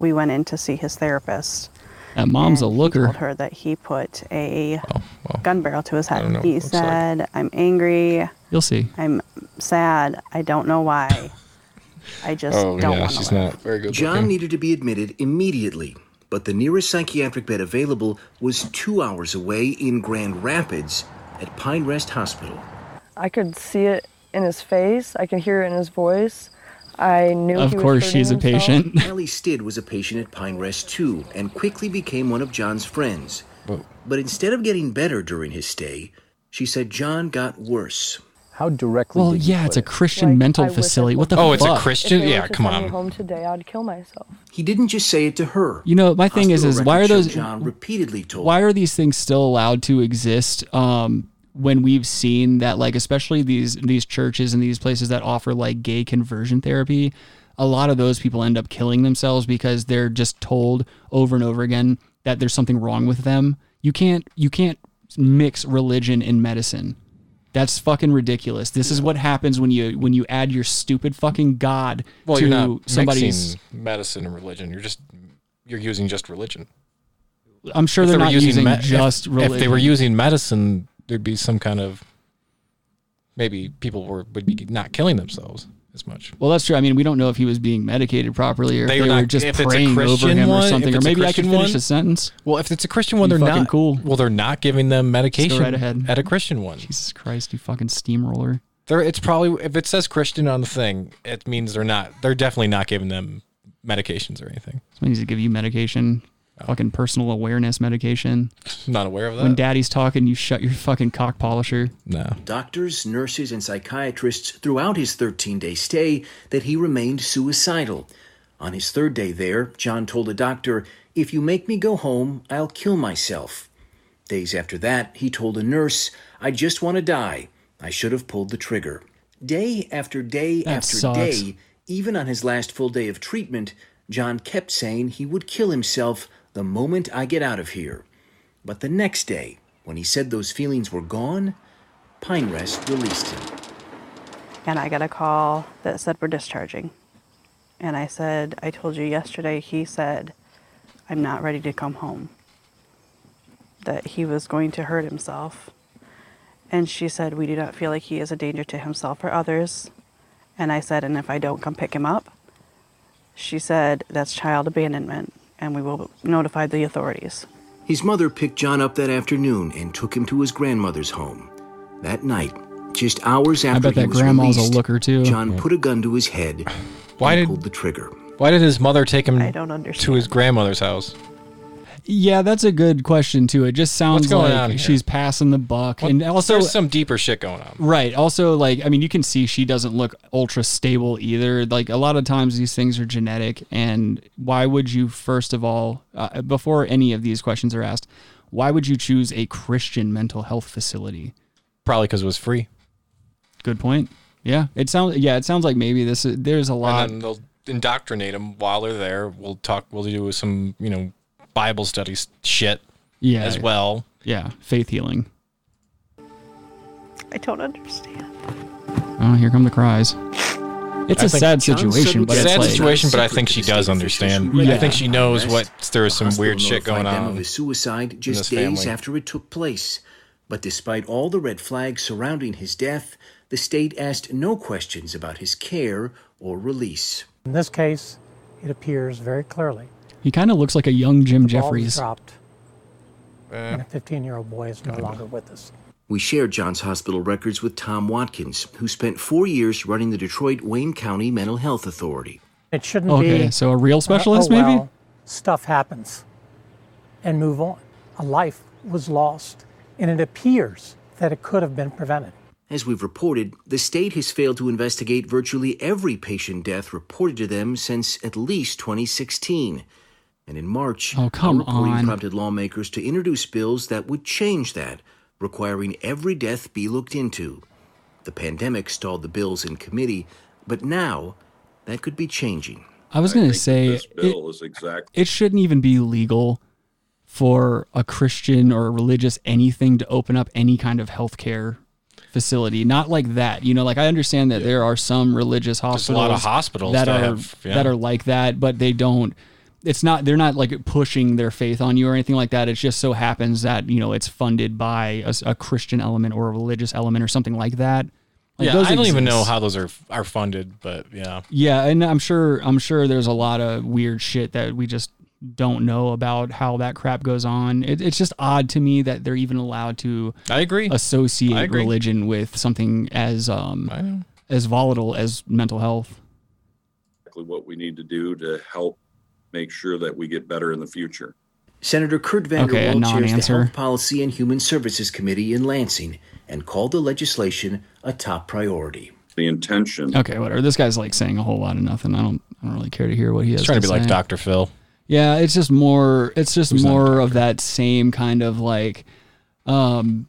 Speaker 15: We went in to see his therapist.
Speaker 8: That mom's a looker.
Speaker 15: He told her that he put a well, well, gun barrel to his head. He Looks said, like. "I'm angry.
Speaker 8: You'll see.
Speaker 15: I'm sad. I don't know why. I just
Speaker 2: oh,
Speaker 15: don't."
Speaker 2: Yeah, she's live. not very good.
Speaker 14: John
Speaker 2: looking.
Speaker 14: needed to be admitted immediately but the nearest psychiatric bed available was two hours away in Grand Rapids at Pine Rest Hospital.
Speaker 16: I could see it in his face, I could hear it in his voice. I knew.
Speaker 8: Of course, she's a
Speaker 16: himself.
Speaker 8: patient.
Speaker 14: Allie Stid was a patient at Pine Rest too, and quickly became one of John's friends. Whoa. But instead of getting better during his stay, she said John got worse.
Speaker 17: How directly?
Speaker 8: Well, yeah, it's a Christian
Speaker 16: like,
Speaker 8: mental facility. What the?
Speaker 2: Oh,
Speaker 8: fuck?
Speaker 2: it's a Christian. yeah, come on.
Speaker 16: home today, I'd kill myself.
Speaker 14: He didn't just say it to her.
Speaker 8: You know, my thing is, is
Speaker 14: Hospital
Speaker 8: why are
Speaker 14: records
Speaker 8: those?
Speaker 14: show John repeatedly told.
Speaker 8: Why are these things still allowed to exist? Um, when we've seen that, like, especially these these churches and these places that offer like gay conversion therapy, a lot of those people end up killing themselves because they're just told over and over again that there's something wrong with them. You can't you can't mix religion and medicine. That's fucking ridiculous. This is what happens when you when you add your stupid fucking god
Speaker 2: well,
Speaker 8: to
Speaker 2: you're not
Speaker 8: somebody's
Speaker 2: mixing medicine and religion. You're just you're using just religion.
Speaker 8: I'm sure
Speaker 2: If
Speaker 8: they're
Speaker 2: they were
Speaker 8: not using
Speaker 2: me- if-
Speaker 8: just religion.
Speaker 2: If they were using medicine, there'd be some kind of maybe people were would be not killing themselves as much.
Speaker 8: well, that's true. I mean, we don't know if he was being medicated properly or
Speaker 2: They
Speaker 8: if
Speaker 2: were
Speaker 8: they were
Speaker 2: not-
Speaker 8: just
Speaker 2: if it's a
Speaker 8: praying over
Speaker 2: Christian
Speaker 8: him
Speaker 2: one,
Speaker 8: or
Speaker 2: if
Speaker 8: something. Or
Speaker 2: it's a
Speaker 8: maybe I
Speaker 2: Christian
Speaker 8: can finish
Speaker 2: one,
Speaker 8: a sentence.
Speaker 2: Well, if it's a Christian one,
Speaker 8: You
Speaker 2: they're
Speaker 8: fucking
Speaker 2: not
Speaker 8: cool.
Speaker 2: Well, they're not giving them medication
Speaker 8: right ahead.
Speaker 2: at a Christian one.
Speaker 8: Jesus Christ, you fucking steamroller.
Speaker 2: They're, it's probably if it says Christian on the thing, it means they're not. They're definitely not giving them medications or anything.
Speaker 8: Somebody needs to give you medication.
Speaker 2: Oh.
Speaker 8: Fucking personal awareness medication.
Speaker 10: Not aware of that.
Speaker 8: When daddy's talking, you shut your fucking cock polisher.
Speaker 10: No.
Speaker 14: Doctors, nurses, and psychiatrists throughout his 13 day stay that he remained suicidal. On his third day there, John told a doctor, If you make me go home, I'll kill myself. Days after that, he told a nurse, I just want to die. I should have pulled the trigger. Day after day
Speaker 8: That
Speaker 14: after
Speaker 8: sucks.
Speaker 14: day, even on his last full day of treatment, John kept saying he would kill himself the moment I get out of here. But the next day, when he said those feelings were gone, Pine Rest released him.
Speaker 15: and I got a call that said we're discharging. And I said, I told you yesterday, he said, I'm not ready to come home. That he was going to hurt himself. And she said, We do not feel like he is a danger to himself or others. And I said, And if I don't come pick him up, she said, That's child abandonment, and we will notify the authorities.
Speaker 14: His mother picked John up that afternoon and took him to his grandmother's home. That night, just hours after
Speaker 8: bet
Speaker 14: he
Speaker 8: that
Speaker 14: was
Speaker 8: grandma's a
Speaker 14: released,
Speaker 8: looker, too.
Speaker 14: John put a gun to his head
Speaker 10: Why
Speaker 14: and
Speaker 10: did-
Speaker 14: pulled the trigger.
Speaker 10: Why did his mother take him
Speaker 15: I don't understand.
Speaker 10: to his grandmother's house?
Speaker 8: Yeah, that's a good question too. It just sounds
Speaker 10: What's going on here?
Speaker 8: like she's passing the buck, and also
Speaker 10: There's some deeper shit going on.
Speaker 8: Right. Also, like, I mean, you can see she doesn't look ultra stable either. Like, a lot of times these things are genetic. And why would you, first of all, uh, before any of these questions are asked, why would you choose a Christian mental health facility?
Speaker 10: Probably because it was free.
Speaker 8: Good point. Yeah. It sounds, yeah, it sounds like maybe this is, there's a lot.
Speaker 10: and then they'll indoctrinate them while they're there. We'll talk. We'll do some you know Bible studies shit.
Speaker 8: Yeah.
Speaker 10: as well.
Speaker 8: yeah. Faith healing.
Speaker 15: I don't understand.
Speaker 8: Oh, here come the cries. It's
Speaker 10: a
Speaker 8: a sad situation, but
Speaker 10: sad
Speaker 8: it's like,
Speaker 10: situation. But I think she does understand.
Speaker 8: Yeah.
Speaker 10: I think she knows what there is some
Speaker 14: Hospital
Speaker 10: weird shit
Speaker 14: notified
Speaker 10: going
Speaker 14: them of
Speaker 10: on.
Speaker 14: his suicide
Speaker 10: this
Speaker 14: just days
Speaker 10: family.
Speaker 14: after it took place. But despite all the red flags surrounding his death, the state asked no questions about his care or release.
Speaker 18: In this case, it appears very clearly.
Speaker 8: he kind of looks like a young Jim
Speaker 18: The ball was
Speaker 8: Jeffries.
Speaker 18: dropped,
Speaker 10: Uh,
Speaker 18: and a 15-year-old boy is no longer with us.
Speaker 14: We shared Johns Hospital records with Tom Watkins, who spent four years running the Detroit Wayne County Mental Health Authority.
Speaker 18: It shouldn't be.
Speaker 8: Okay. So a real specialist,
Speaker 18: oh,
Speaker 8: maybe?
Speaker 18: Well, stuff happens, and move on. A life was lost, and it appears that it could have been prevented.
Speaker 14: As we've reported, the state has failed to investigate virtually every patient death reported to them since at least 2016. And in March,
Speaker 8: Oh, come
Speaker 14: our reporting
Speaker 8: on.
Speaker 14: prompted lawmakers to introduce bills that would change that, requiring every death be looked into. The pandemic stalled the bills in committee, but now that could be changing.
Speaker 8: I was going to say it,
Speaker 19: is exact.
Speaker 8: it shouldn't even be legal for a Christian or religious anything to open up any kind of healthcare facility. Not like that, you know. Like I understand that there are some religious
Speaker 10: There's
Speaker 8: hospitals,
Speaker 10: a lot of hospitals
Speaker 8: that,
Speaker 10: that
Speaker 8: are
Speaker 10: have- yeah.
Speaker 8: that are like that, but they don't. It's not. They're not like pushing their faith on you or anything like that. It just so happens that you know it's funded by a, s- a Christian element or a religious element or something like that. Like,
Speaker 10: yeah, I
Speaker 8: those
Speaker 10: don't even know
Speaker 8: exist.
Speaker 10: how those are are funded, but yeah,
Speaker 8: Yeah, and I'm sure I'm sure there's a lot of weird shit that we just don't know about how that crap goes on. It, it's just odd to me that they're even allowed to.
Speaker 10: I agree.
Speaker 8: Associate
Speaker 10: I agree.
Speaker 8: religion with something as um as volatile as mental health.
Speaker 19: exactly what we need to do to help make sure that we get better in the future.
Speaker 14: Senator Kurt
Speaker 8: Okay, a
Speaker 14: Vanderwall chairs the
Speaker 8: non-answer.
Speaker 14: Health Policy and Human Services Committee in Lansing and called the legislation a top priority.
Speaker 19: The intention.
Speaker 8: Okay, whatever. This guy's like saying a whole lot of nothing. I don't I don't really care to hear what he has.
Speaker 10: he's trying to be like
Speaker 8: say.
Speaker 10: Doctor Phil.
Speaker 8: Yeah, it's just more. It's just
Speaker 10: Who's not a
Speaker 8: more of that same kind of like, um,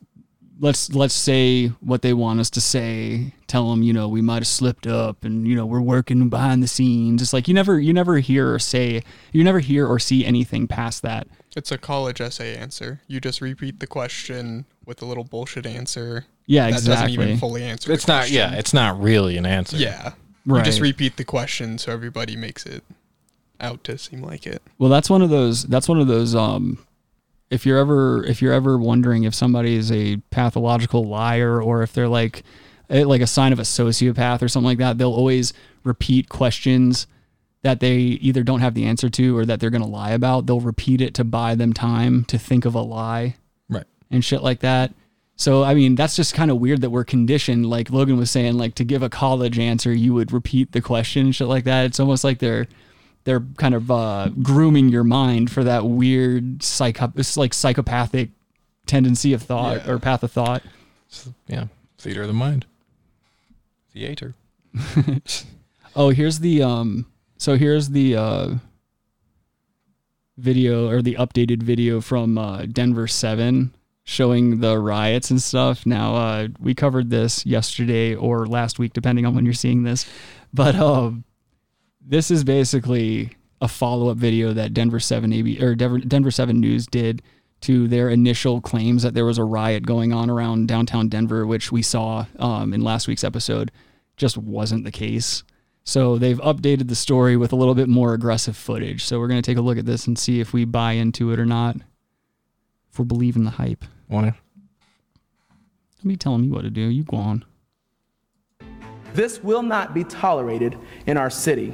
Speaker 8: let's let's say what they want us to say. Tell them, you know, we might have slipped up, and you know, we're working behind the scenes. It's like you never you never hear or say you never hear or see anything past that.
Speaker 9: It's a college essay answer. You just repeat the question with a little bullshit answer.
Speaker 8: Yeah,
Speaker 9: that doesn't
Speaker 8: exactly.
Speaker 9: even fully answer.
Speaker 10: It's not. Yeah, it's not really an answer.
Speaker 9: Yeah. You just
Speaker 8: Right.
Speaker 9: repeat the question so everybody makes it out to seem like it.
Speaker 8: Well, that's one of those. That's one of those. Um, if you're ever if you're ever wondering if somebody is a pathological liar or if they're like eh, like a sign of a sociopath or something like that, they'll always repeat questions that they either don't have the answer to or that they're going to lie about. They'll repeat it to buy them time to think of a lie
Speaker 10: Right.
Speaker 8: and shit like that. So I mean, that's just kind of weird that we're conditioned. Like Logan was saying, like to give a college answer, you would repeat the question and shit like that. It's almost like they're they're kind of uh, grooming your mind for that weird psycho it's like psychopathic tendency of thought or path of thought.
Speaker 10: Yeah. Theater of the mind. Theater.
Speaker 8: Oh, here's the um. So here's the uh, video or the updated video from uh, Denver Seven showing the riots and stuff. Now uh, we covered this yesterday or last week, depending on when you're seeing this, but um, this is basically a follow up video that Denver Seven AB or Denver, Denver Seven News did to their initial claims that there was a riot going on around downtown Denver, which we saw um, in last week's episode, just wasn't the case. So they've updated the story with a little bit more aggressive footage. So we're going to take a look at this and see if we buy into it or not, if we're believing the hype.
Speaker 10: Why?
Speaker 8: Don't be telling me what to do. You go on.
Speaker 20: This will not be tolerated in our city.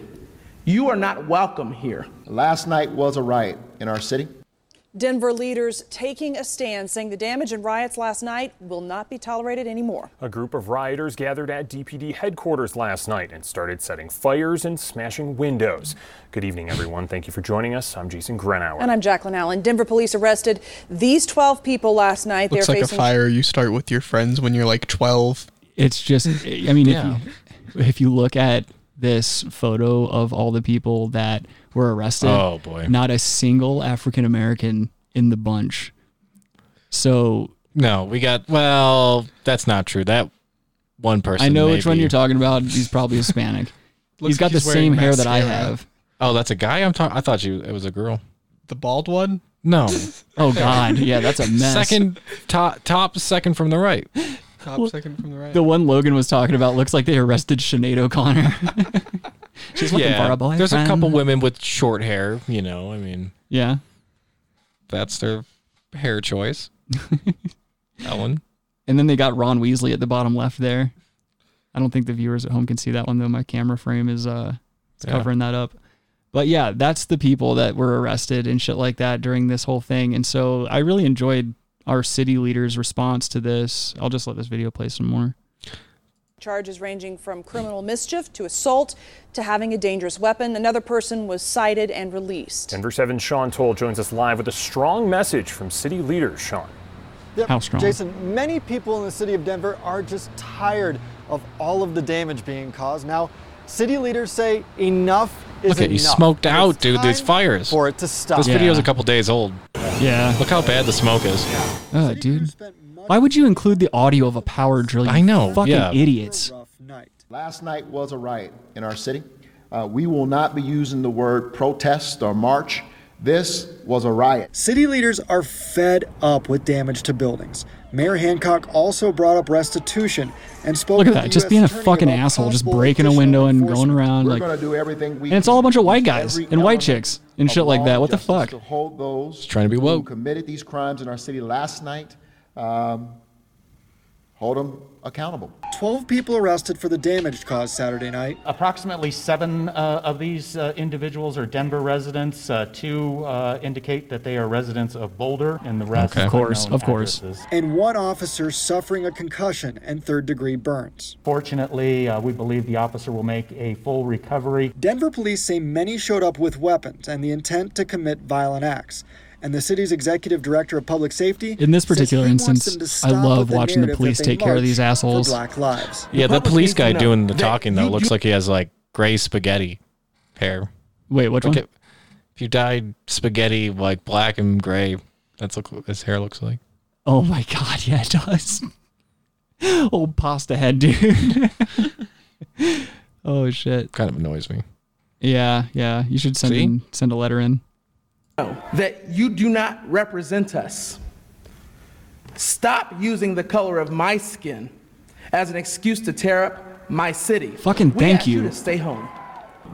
Speaker 20: You are not welcome here.
Speaker 21: Last night was a riot in our city.
Speaker 22: Denver leaders taking a stand, saying the damage and riots last night will not be tolerated anymore.
Speaker 23: A group of rioters gathered at DPD headquarters last night and started setting fires and smashing windows. Good evening, everyone. Thank you for joining us. I'm Jason Grenauer.
Speaker 22: And I'm Jacqueline Allen. Denver police arrested these 12 people last night.
Speaker 9: Looks
Speaker 22: They're
Speaker 9: like a
Speaker 22: facing
Speaker 9: fire you start with your friends when you're like 12.
Speaker 8: It's just, I mean, if, you, if you look at this photo of all the people that were arrested,
Speaker 10: Oh, boy.
Speaker 8: not a single African American in the bunch. So
Speaker 10: No, we got. Well, that's not true. That one person.
Speaker 8: I know which one
Speaker 10: maybe.
Speaker 8: you're talking about. He's probably Hispanic.
Speaker 10: Looks
Speaker 8: he's got
Speaker 10: like
Speaker 8: the
Speaker 10: he's wearing
Speaker 8: same hair that I
Speaker 10: mascara.
Speaker 8: have.
Speaker 10: Oh, that's a guy. I'm talking. I thought you. It was a girl.
Speaker 9: The bald one?
Speaker 10: No.
Speaker 8: Oh God, yeah, that's a mess.
Speaker 10: Second top, top second from the right.
Speaker 9: Top second from the right.
Speaker 8: The one Logan was talking about looks like they arrested Sinead O'Connor. She's looking for a boy.
Speaker 10: There's a couple women with short hair. You know, I mean,
Speaker 8: Yeah.
Speaker 10: that's their hair choice. that one.
Speaker 8: And then they got Ron Weasley at the bottom left there. I don't think the viewers at home can see that one though. My camera frame is uh it's
Speaker 10: Yeah.
Speaker 8: covering that up. But yeah, that's the people that were arrested and shit like that during this whole thing. And so I really enjoyed our city leaders' response to this. I'll just let this video play some more.
Speaker 22: charges ranging from criminal mischief to assault to having a dangerous weapon. Another person was cited and released.
Speaker 23: Denver 7 Sean Toll joins us live with a strong message from city leaders, Sean.
Speaker 24: Yep.
Speaker 23: How strong?
Speaker 24: Jason, many people in the city of Denver are just tired of all of the damage being caused. Now, city leaders say enough is
Speaker 10: Look at
Speaker 24: enough.
Speaker 10: you smoked
Speaker 24: And
Speaker 10: out,
Speaker 24: it's
Speaker 10: dude. These
Speaker 24: time
Speaker 10: fires.
Speaker 24: For it to stop.
Speaker 10: This video's a couple days old.
Speaker 8: Yeah.
Speaker 10: Look how bad the smoke is.
Speaker 8: Oh, dude. Why would you include the audio of a power drill? you
Speaker 10: I know,
Speaker 8: Fucking
Speaker 10: yeah.
Speaker 8: idiots.
Speaker 21: Last night was a riot in our city. Uh, we will not be using the word protest or march. This was a riot.
Speaker 1: City leaders are fed up with damage to buildings. Mayor Hancock also brought up restitution and spoke
Speaker 8: Look at
Speaker 1: with
Speaker 8: that.
Speaker 1: the
Speaker 8: Just
Speaker 1: US
Speaker 8: being a
Speaker 1: Attorney
Speaker 8: fucking
Speaker 1: about
Speaker 8: asshole, just
Speaker 1: possible
Speaker 8: breaking a window and going around
Speaker 21: We're
Speaker 8: like
Speaker 21: going to do everything we
Speaker 8: And it's all a bunch of white
Speaker 21: can.
Speaker 8: guys
Speaker 21: Every
Speaker 8: and white
Speaker 21: element
Speaker 8: chicks and shit
Speaker 21: of
Speaker 8: like
Speaker 21: law
Speaker 8: that.
Speaker 21: and
Speaker 8: What the
Speaker 21: justice
Speaker 8: fuck?
Speaker 21: To hold those
Speaker 10: Just trying to be
Speaker 21: who
Speaker 10: woke.
Speaker 21: committed these crimes in our city last night, um, hold them accountable.
Speaker 1: 12 people arrested for the damage caused Saturday night.
Speaker 25: Approximately seven uh, of these uh, individuals are Denver residents. Uh, Two uh, indicate that they are residents of Boulder, and the rest
Speaker 8: Okay. Of course,
Speaker 25: unknown
Speaker 8: of course.
Speaker 25: addresses.
Speaker 1: And one officer suffering a concussion and third degree burns.
Speaker 25: Fortunately, uh, we believe the officer will make a full recovery.
Speaker 1: Denver police say many showed up with weapons and the intent to commit violent acts. And the city's executive director of public safety
Speaker 8: In this
Speaker 1: says
Speaker 8: particular
Speaker 1: he wants them
Speaker 8: instance,
Speaker 1: to
Speaker 8: I
Speaker 1: stop
Speaker 8: love
Speaker 1: with
Speaker 8: watching the
Speaker 1: narrative
Speaker 8: police
Speaker 1: that they
Speaker 8: take care of these
Speaker 1: marched for
Speaker 8: assholes.
Speaker 1: Black lives.
Speaker 10: Yeah, the police guy doing the talking though
Speaker 8: you- you-
Speaker 10: looks like he has like gray spaghetti hair.
Speaker 8: Wait, which
Speaker 10: Look
Speaker 8: one?
Speaker 10: at- If you dyed spaghetti like black and gray, that's look what his hair looks like.
Speaker 8: Oh my god, yeah, it does. Old pasta head dude. oh shit.
Speaker 10: Kind of annoys me.
Speaker 8: Yeah, yeah. You should send
Speaker 24: See?
Speaker 8: in, send a letter in.
Speaker 20: know that you do not represent us. Stop using the color of my skin as an excuse to tear up my city.
Speaker 8: Fucking
Speaker 20: we
Speaker 8: thank
Speaker 20: ask
Speaker 8: you.
Speaker 20: to stay home.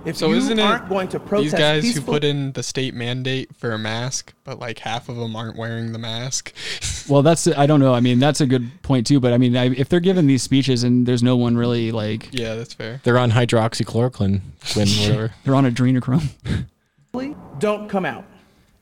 Speaker 20: If
Speaker 9: So
Speaker 20: you
Speaker 9: isn't it
Speaker 20: aren't going to protest
Speaker 9: these guys who
Speaker 20: peacefully-
Speaker 9: put in the state mandate for a mask, but like half of them aren't wearing the mask?
Speaker 8: Well, that's I don't know. I mean, that's a good point too, but I mean, I, if they're giving these speeches and there's no one really like
Speaker 9: Yeah, that's fair.
Speaker 10: They're on hydroxychloroquine, when whatever.
Speaker 8: they're on adrenochrome.
Speaker 20: don't come out,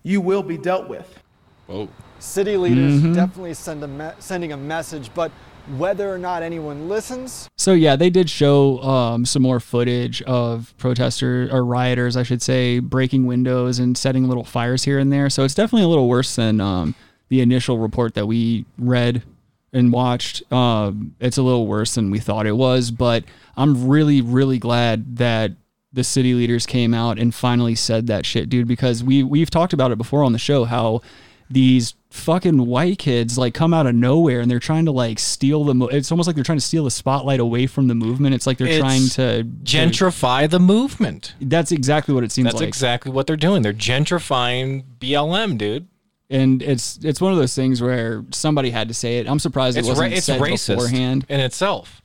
Speaker 20: you will be dealt with.
Speaker 10: Whoa.
Speaker 24: City leaders Mhm.
Speaker 8: Mm-hmm.
Speaker 24: definitely
Speaker 1: definitely send a me- sending a message, but
Speaker 24: whether or not anyone listens.
Speaker 8: So yeah, they did show um, some more footage of protesters or rioters, I should say, breaking windows and setting little fires here and there. So it's definitely a little worse than um, the initial report that we read and watched. Um, it's a little worse than we thought it was, but I'm really, really glad that the city leaders came out and finally said that shit, dude. Because we we've talked about it before on the show how these fucking white kids like come out of nowhere and they're trying to like steal the mo- it's almost like they're trying to steal the spotlight away from the movement it's like they're
Speaker 2: It's
Speaker 8: trying to
Speaker 2: gentrify the movement
Speaker 8: that's exactly what it seems
Speaker 2: That's
Speaker 8: like
Speaker 2: exactly what they're doing. They're gentrifying BLM, dude.
Speaker 8: and it's it's one of those things where somebody had to say it i'm surprised
Speaker 2: It's,
Speaker 8: it
Speaker 2: ra-
Speaker 8: wasn't
Speaker 2: it's
Speaker 8: said
Speaker 2: racist
Speaker 8: beforehand
Speaker 2: in itself.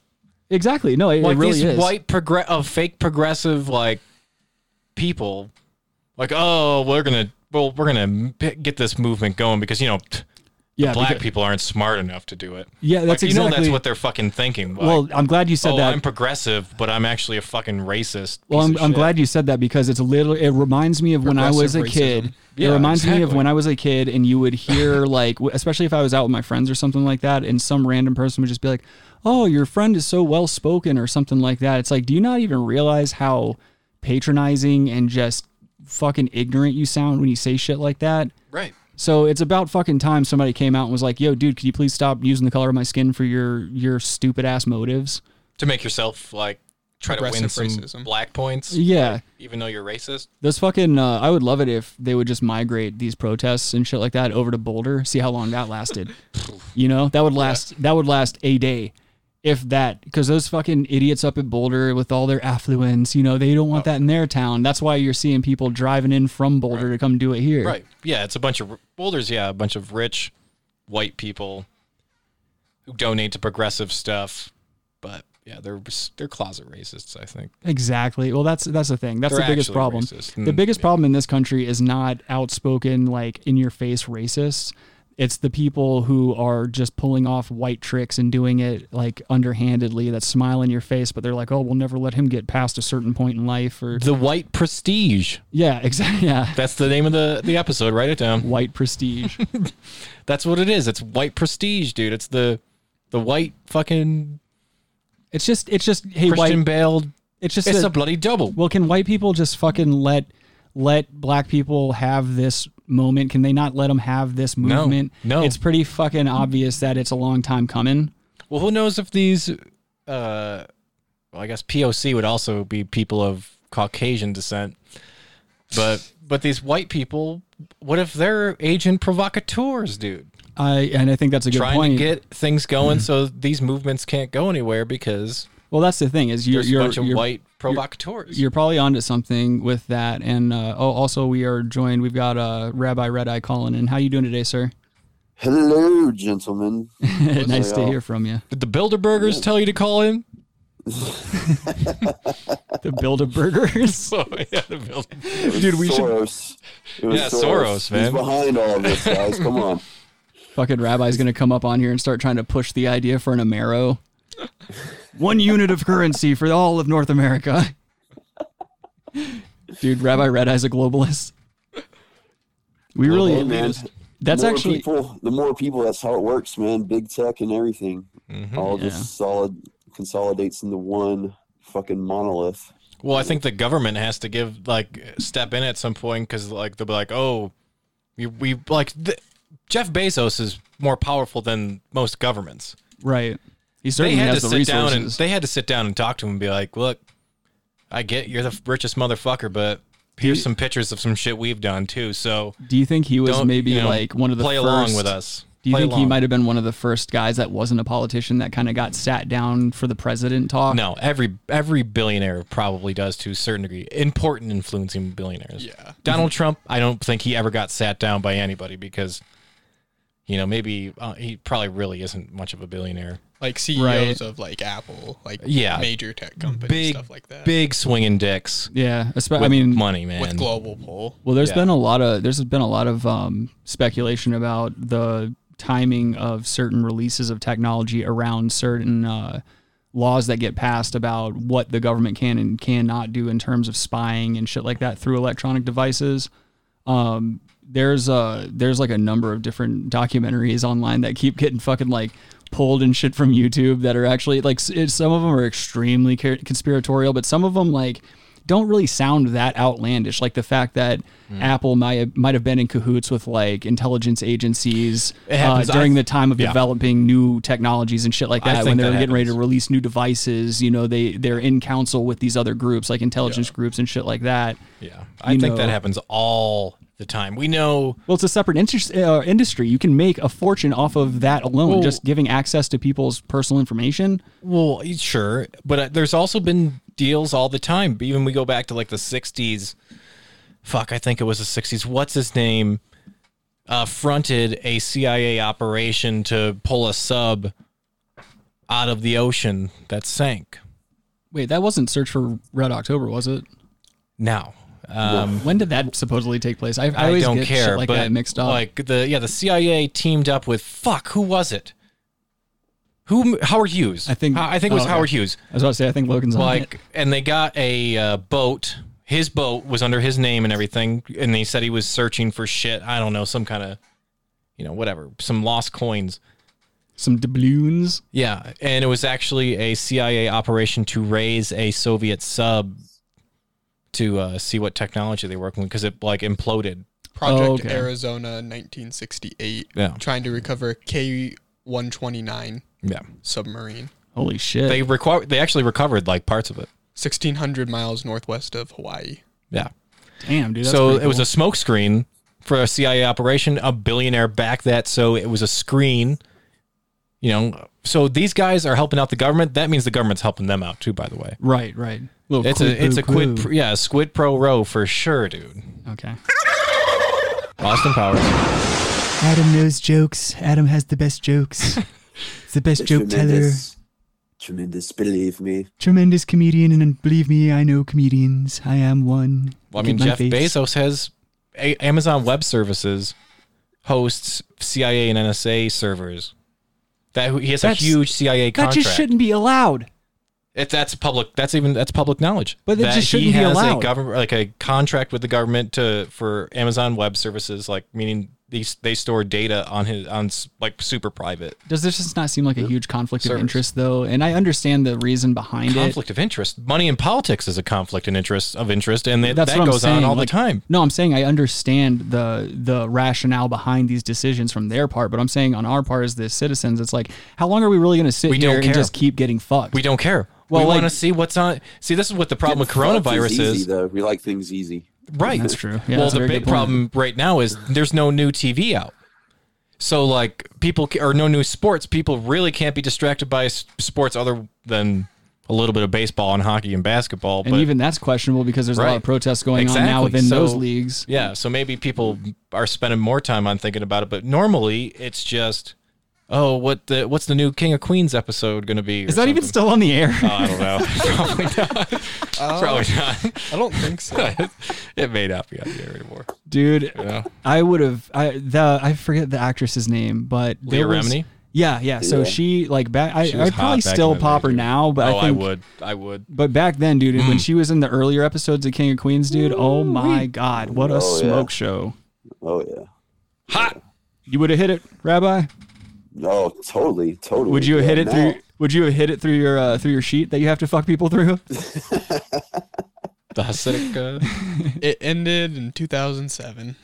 Speaker 8: exactly no it, it
Speaker 2: like
Speaker 8: really
Speaker 2: these
Speaker 8: is
Speaker 2: white progre- uh, fake progressive like people like oh we're gonna well we're gonna p- get this movement going because you know t- the
Speaker 8: Yeah,
Speaker 2: black
Speaker 8: because-
Speaker 2: people aren't smart enough to do it
Speaker 8: Yeah,
Speaker 2: Like,
Speaker 8: that's
Speaker 2: you know that's
Speaker 8: exactly-
Speaker 2: what they're fucking thinking like,
Speaker 8: Well, I'm glad you said
Speaker 2: "Oh,
Speaker 8: that."
Speaker 2: i'm progressive but i'm actually a fucking racist
Speaker 8: Well,
Speaker 2: piece
Speaker 8: I'm,
Speaker 2: of
Speaker 8: I'm
Speaker 2: shit."
Speaker 8: glad you said that because it's a little. It reminds me of when I was a
Speaker 2: Progressive racism.
Speaker 8: kid.
Speaker 2: Yeah,
Speaker 8: it reminds me of
Speaker 2: exactly.
Speaker 8: when I was a kid, and you would hear like, w- especially if I was out with my friends or something like that, and some random person would just be like, "Oh, your friend is so well spoken" or something like that. It's like, do you not even realize how patronizing and just fucking ignorant you sound when you say shit like that?
Speaker 2: Right.
Speaker 8: So it's about fucking time somebody came out and was like, "Yo, dude, could you please stop using the color of my skin for your your stupid ass motives?"
Speaker 2: to make yourself like try to win some
Speaker 8: Progressive
Speaker 2: black points
Speaker 8: Yeah.
Speaker 2: like, even though you're racist
Speaker 8: Those fucking, uh, I would love it if they would just migrate these protests and shit like that over to Boulder. See how long that lasted. you know, that would last. That would last a day, if that. Because those fucking idiots up at Boulder with all their affluence, you know, they don't
Speaker 2: Oh.
Speaker 8: want that in their town. That's why you're seeing people driving in from Boulder to come do it here.
Speaker 2: Right. Yeah, it's a bunch of boulders. Yeah, a bunch of rich white people who donate to progressive stuff, but yeah, they're they're closet racists. I think.
Speaker 8: Exactly. Well, that's that's the thing. That's
Speaker 2: They're
Speaker 8: the biggest
Speaker 2: actually
Speaker 8: problem.
Speaker 2: racist, Mm,
Speaker 8: The
Speaker 2: and-
Speaker 8: biggest problem in this country is not outspoken, like in your face racists. It's the people who are just pulling off white tricks and doing it like underhandedly that smile in your face, but they're like, oh, we'll never let him get past a certain point in life or
Speaker 2: The white prestige.
Speaker 8: Yeah, exactly. Yeah.
Speaker 2: That's the name of the the episode. Write it down.
Speaker 8: White prestige.
Speaker 2: That's what it is. It's white prestige, dude. It's the the white fucking
Speaker 8: It's just it's just hey
Speaker 2: Christian
Speaker 8: white
Speaker 2: Bale.
Speaker 8: It's just
Speaker 2: It's a bloody double.
Speaker 8: Well, can white people just fucking let let black people have this moment? Can they not let them have this
Speaker 2: No.
Speaker 8: movement?
Speaker 2: No.
Speaker 8: it's pretty fucking obvious that it's a long time coming.
Speaker 2: Well, who knows if these, uh, well, I guess POC would also be people of Caucasian descent, but but these white people, what if they're agent provocateurs, dude?
Speaker 8: I and I think that's a good
Speaker 2: Trying
Speaker 8: point. Mm-hmm.
Speaker 2: to get things going so these movements can't go anywhere because
Speaker 8: well, that's the thing is you're
Speaker 2: there's
Speaker 8: you're,
Speaker 2: a bunch of
Speaker 8: you're-
Speaker 2: white
Speaker 8: You're,
Speaker 2: provocateurs.
Speaker 8: you're probably onto something with that. And uh, oh, also we are joined. We've got uh, Rabbi Red Eye calling in. How you doing today, sir?
Speaker 3: Hello, gentlemen.
Speaker 8: nice to hear from you.
Speaker 2: Did the Bilderbergers tell you to call in?
Speaker 8: The Bilderbergers.
Speaker 2: oh, yeah, the Bilderbergers.
Speaker 8: Dude, we should-
Speaker 3: Soros. should. It was
Speaker 2: Yeah, Soros,
Speaker 3: Soros,
Speaker 2: man.
Speaker 3: He's behind all of this, guys. Come on.
Speaker 8: Fucking rabbi's gonna come up on here and start trying to push the idea for an Amero. One unit of currency for all of North America. Dude, Rabbi Red Eye's a globalist. We really
Speaker 3: Hey, man.
Speaker 8: That's
Speaker 3: The more
Speaker 8: actually
Speaker 3: people, the more people. That's how it works, man. Big tech and everything.
Speaker 2: Mm-hmm.
Speaker 3: All
Speaker 2: Yeah.
Speaker 3: just solid consolidates into one fucking monolith.
Speaker 2: Well, I think the government has to give like step in at some point because like they'll be like, oh, we, we like th- Jeff Bezos is more powerful than most governments.
Speaker 8: right. He certainly
Speaker 2: they had
Speaker 8: has
Speaker 2: to
Speaker 8: the
Speaker 2: sit
Speaker 8: resources.
Speaker 2: down and they had to sit down and talk to him and be like, look, I get you're the richest motherfucker, but here's some pictures of some shit we've done too. So
Speaker 8: Do you think he was
Speaker 2: Don't,
Speaker 8: maybe
Speaker 2: you know,
Speaker 8: like one of the
Speaker 2: play
Speaker 8: first,
Speaker 2: along with us.
Speaker 8: Do you
Speaker 2: Play
Speaker 8: think he
Speaker 2: along.
Speaker 8: might have been one of the first guys that wasn't a politician that kind of got sat down for the president
Speaker 9: Uh,
Speaker 8: talk?
Speaker 2: no, every every billionaire probably does to a certain degree. Important influencing billionaires. Yeah. Donald Trump, I don't think he ever got sat down by anybody because you know, maybe uh, he probably really isn't much of a billionaire.
Speaker 9: Like CEOs
Speaker 2: Right.
Speaker 9: of like Apple, like
Speaker 2: Yeah.
Speaker 9: major tech companies,
Speaker 2: Big
Speaker 9: stuff like that.
Speaker 2: big swinging dicks.
Speaker 8: Yeah, espe- I
Speaker 2: with
Speaker 8: mean-
Speaker 2: money, man.
Speaker 9: With global pull.
Speaker 8: Well, there's
Speaker 2: Yeah.
Speaker 8: been a lot of there's been a lot of um, speculation about the timing of certain releases of technology around certain uh, laws that get passed about what the government can and cannot do in terms of spying and shit like that through electronic devices. Um, there's uh there's like a number of different documentaries online that keep getting fucking like pulled and shit from YouTube that are actually like s- it- some of them are extremely ca- conspiratorial, but some of them like don't really sound that outlandish. Like the fact that
Speaker 2: Hmm.
Speaker 8: Apple might might have been in cahoots with like intelligence agencies
Speaker 2: It happens.
Speaker 8: uh, during
Speaker 2: I-
Speaker 8: the time of
Speaker 2: yeah.
Speaker 8: developing new technologies and shit like
Speaker 2: I
Speaker 8: that. When
Speaker 2: think
Speaker 8: they
Speaker 2: that
Speaker 8: were getting ready to
Speaker 2: happens.
Speaker 8: release new devices, you know, they they're in council with these other groups like intelligence groups and shit like that.
Speaker 2: Yeah, I think that happens all the time. We know
Speaker 8: Well, it's a separate inter- uh, industry. You can make a fortune off of that alone,
Speaker 2: Well-
Speaker 8: just giving access to people's personal information.
Speaker 2: Well, sure, but uh, there's also been deals all the time. Even we go back to like the '60s. Fuck, I think it was the '60s. What's his name? Uh, fronted a CIA operation to pull a sub out of the ocean that sank.
Speaker 8: Wait, that wasn't Search for Red October, was it?
Speaker 2: Now, um,
Speaker 8: when did that supposedly take place? I, I,
Speaker 2: I,
Speaker 8: always
Speaker 2: don't
Speaker 8: get
Speaker 2: care,
Speaker 8: shit like
Speaker 2: but
Speaker 8: that mixed up.
Speaker 2: Like the yeah, the CIA teamed up with fuck. Who was it? Who Howard Hughes?
Speaker 8: I think
Speaker 2: I think it was
Speaker 8: oh, okay.
Speaker 2: Howard Hughes.
Speaker 8: I was about to say I think Logan's on
Speaker 2: like
Speaker 8: it.
Speaker 2: and they got a uh, boat his boat was under his name and everything and they said he was searching for shit i don't know some kind of you know whatever some lost coins
Speaker 8: some doubloons.
Speaker 2: yeah and it was actually a cia operation to raise a soviet sub to uh, see what technology they were working with because it like imploded
Speaker 8: Oh,
Speaker 9: Project
Speaker 2: Oh, okay.
Speaker 9: Arizona 1968,
Speaker 2: Yeah.
Speaker 9: trying to recover a K 129
Speaker 2: Yeah.
Speaker 9: submarine
Speaker 8: holy shit
Speaker 2: they require they actually recovered like parts of it
Speaker 9: 1,600 miles northwest of Hawaii.
Speaker 2: yeah
Speaker 8: Damn, dude. that's
Speaker 2: so
Speaker 8: pretty
Speaker 2: it was
Speaker 8: cool.
Speaker 2: a smokescreen for a CIA operation. A billionaire backed that, so it was a screen. You know, so these guys are helping out the government. That means the government's helping them out too. By the way,
Speaker 8: right, right. Little
Speaker 2: it's
Speaker 8: quid
Speaker 2: a it's
Speaker 8: pro
Speaker 2: a quid
Speaker 8: quo.
Speaker 2: pr- yeah a squid pro row for sure, dude.
Speaker 8: Okay.
Speaker 2: Austin Powers.
Speaker 4: Adam knows jokes. Adam has the best jokes. It's the best joke teller.
Speaker 3: tremendous, tremendous. Believe me.
Speaker 4: Tremendous comedian, and believe me, I know comedians. I am one.
Speaker 2: Well,
Speaker 4: Look
Speaker 2: I mean,
Speaker 4: at my
Speaker 2: Jeff
Speaker 4: face.
Speaker 2: Bezos has a- Amazon Web Services hosts CIA and NSA servers. That he has
Speaker 4: That's-
Speaker 2: a huge CIA
Speaker 4: that
Speaker 2: contract.
Speaker 4: just shouldn't be allowed.
Speaker 2: If that's public, that's even that's public knowledge.
Speaker 4: But it
Speaker 2: that
Speaker 4: just shouldn't
Speaker 2: he
Speaker 4: be
Speaker 2: has
Speaker 4: allowed.
Speaker 2: A government, like a contract with the government to for Amazon Web Services, like meaning these they store data on his on s- like super private
Speaker 8: Does this just not seem like a huge conflict
Speaker 2: Service.
Speaker 8: of interest though? And I understand the reason behind it.
Speaker 2: conflict of interest. Money in politics is a conflict in interest of interest, and they, that
Speaker 8: what I'm
Speaker 2: goes on
Speaker 8: saying,
Speaker 2: all
Speaker 8: like-
Speaker 2: the time.
Speaker 8: No, I'm saying I understand the the rationale behind these decisions from their part, but I'm saying on our part as the citizens, it's like, how long are we really going to sit
Speaker 2: We
Speaker 8: here
Speaker 2: don't
Speaker 8: and
Speaker 2: care.
Speaker 8: just keep getting fucked?
Speaker 2: We don't care.
Speaker 8: Well,
Speaker 2: we
Speaker 8: like-
Speaker 2: want to see what's on. See, this is what the problem with
Speaker 3: Fuck
Speaker 2: coronavirus
Speaker 3: easy,
Speaker 2: is.
Speaker 3: though. We like things easy.
Speaker 2: Right.
Speaker 8: That's true. Yeah,
Speaker 2: well,
Speaker 8: that's a
Speaker 2: the
Speaker 8: very
Speaker 2: big
Speaker 8: good point.
Speaker 2: problem right now is there's no new TV out. So like people ca- or no new sports, people really can't be distracted by s- sports other than a little bit of baseball and hockey and basketball.
Speaker 8: And
Speaker 2: but
Speaker 8: even that's questionable because there's a lot
Speaker 2: Right.
Speaker 8: of protests going on now
Speaker 2: Exactly.
Speaker 8: within those
Speaker 2: So-
Speaker 8: leagues.
Speaker 2: yeah, so maybe people are spending more time on thinking about it, but normally it's just oh, what the what's the new King of Queens episode going to be?
Speaker 8: Is that even still on the air?
Speaker 2: Oh, I don't know. Probably not. Probably not.
Speaker 9: Oh. I don't think so.
Speaker 2: it may not be on the air anymore.
Speaker 8: Dude,
Speaker 2: Yeah.
Speaker 8: I would have I the I forget the actress's name, but
Speaker 2: Leah
Speaker 8: there was-
Speaker 2: Remini?
Speaker 8: Yeah, yeah. So
Speaker 2: Yeah.
Speaker 8: she like back. I
Speaker 2: She was
Speaker 8: I'd probably
Speaker 2: hot back
Speaker 8: still
Speaker 2: in the
Speaker 8: pop her
Speaker 2: day, dude.
Speaker 8: now, but
Speaker 2: oh,
Speaker 8: I think
Speaker 2: I would. I would.
Speaker 8: But back then, dude,
Speaker 3: Mm.
Speaker 8: when she was in the earlier episodes of King of Queens, dude, oh my god, what a
Speaker 3: Oh, yeah.
Speaker 8: smoke show!
Speaker 3: Oh yeah.
Speaker 2: Hot.
Speaker 8: You would have hit it, Rabbi.
Speaker 3: No, Oh, totally, totally.
Speaker 8: Would you have
Speaker 3: Yeah,
Speaker 8: hit it
Speaker 3: now-
Speaker 8: through? Would you have hit it through your uh, through your sheet that you have to fuck people through?
Speaker 2: The Hasidic. Uh,
Speaker 9: it ended in 2007.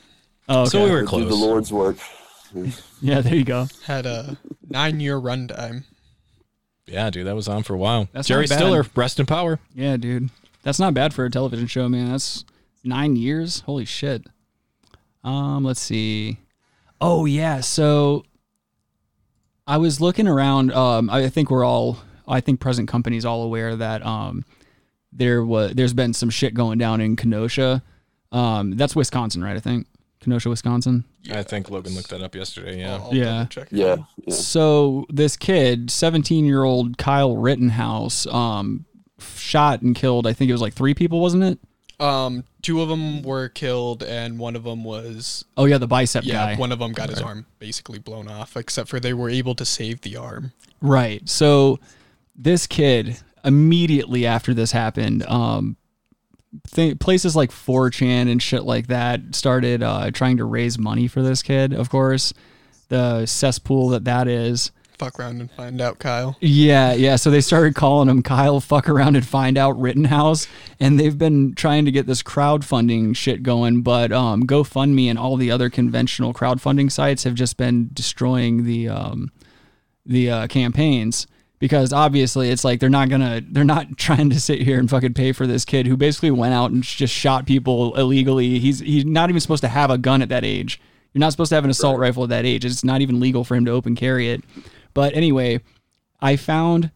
Speaker 8: Oh, okay.
Speaker 3: Do the Lord's work.
Speaker 8: Yeah, there you go.
Speaker 9: Had a nine year runtime.
Speaker 2: Yeah, dude, that was on for a while.
Speaker 8: That's
Speaker 2: Jerry
Speaker 8: not bad.
Speaker 2: Stiller, rest in power.
Speaker 8: Yeah, dude, that's not bad for a television show, man. That's nine years. Holy shit. Um, let's see. Oh yeah, so I was looking around. Um, I think we're all, I think present company's all aware that um, there was, there's been some shit going down in Kenosha. Um, that's Wisconsin, right? I think Kenosha, Wisconsin.
Speaker 2: I think Logan looked that up yesterday. Yeah.
Speaker 8: yeah. So this kid, 17 year old Kyle Rittenhouse, um, shot and killed. I think it was like three people, wasn't it?
Speaker 9: Um, two of them were killed, and one of them was.
Speaker 8: Oh, yeah, the bicep
Speaker 9: yeah,
Speaker 8: guy.
Speaker 9: one of them got his arm basically blown off, except for they were able to save the arm.
Speaker 8: Right. So this kid immediately after this happened, um, th- places like 4chan and shit like that started uh, trying to raise money for this kid. Of course, the cesspool that that is.
Speaker 9: fuck around and find out, Kyle.
Speaker 8: Yeah, yeah. So they started calling him Kyle Fuck Around and Find Out Rittenhouse. And they've been trying to get this crowdfunding shit going, but um, GoFundMe and all the other conventional crowdfunding sites have just been destroying the um, the uh, campaigns because obviously it's like they're not gonna they're not trying to sit here and fucking pay for this kid who basically went out and just shot people illegally. He's he's not even supposed to have a gun at that age. You're not supposed to have an assault rifle at that age. It's not even legal for him to open carry it. But anyway, I found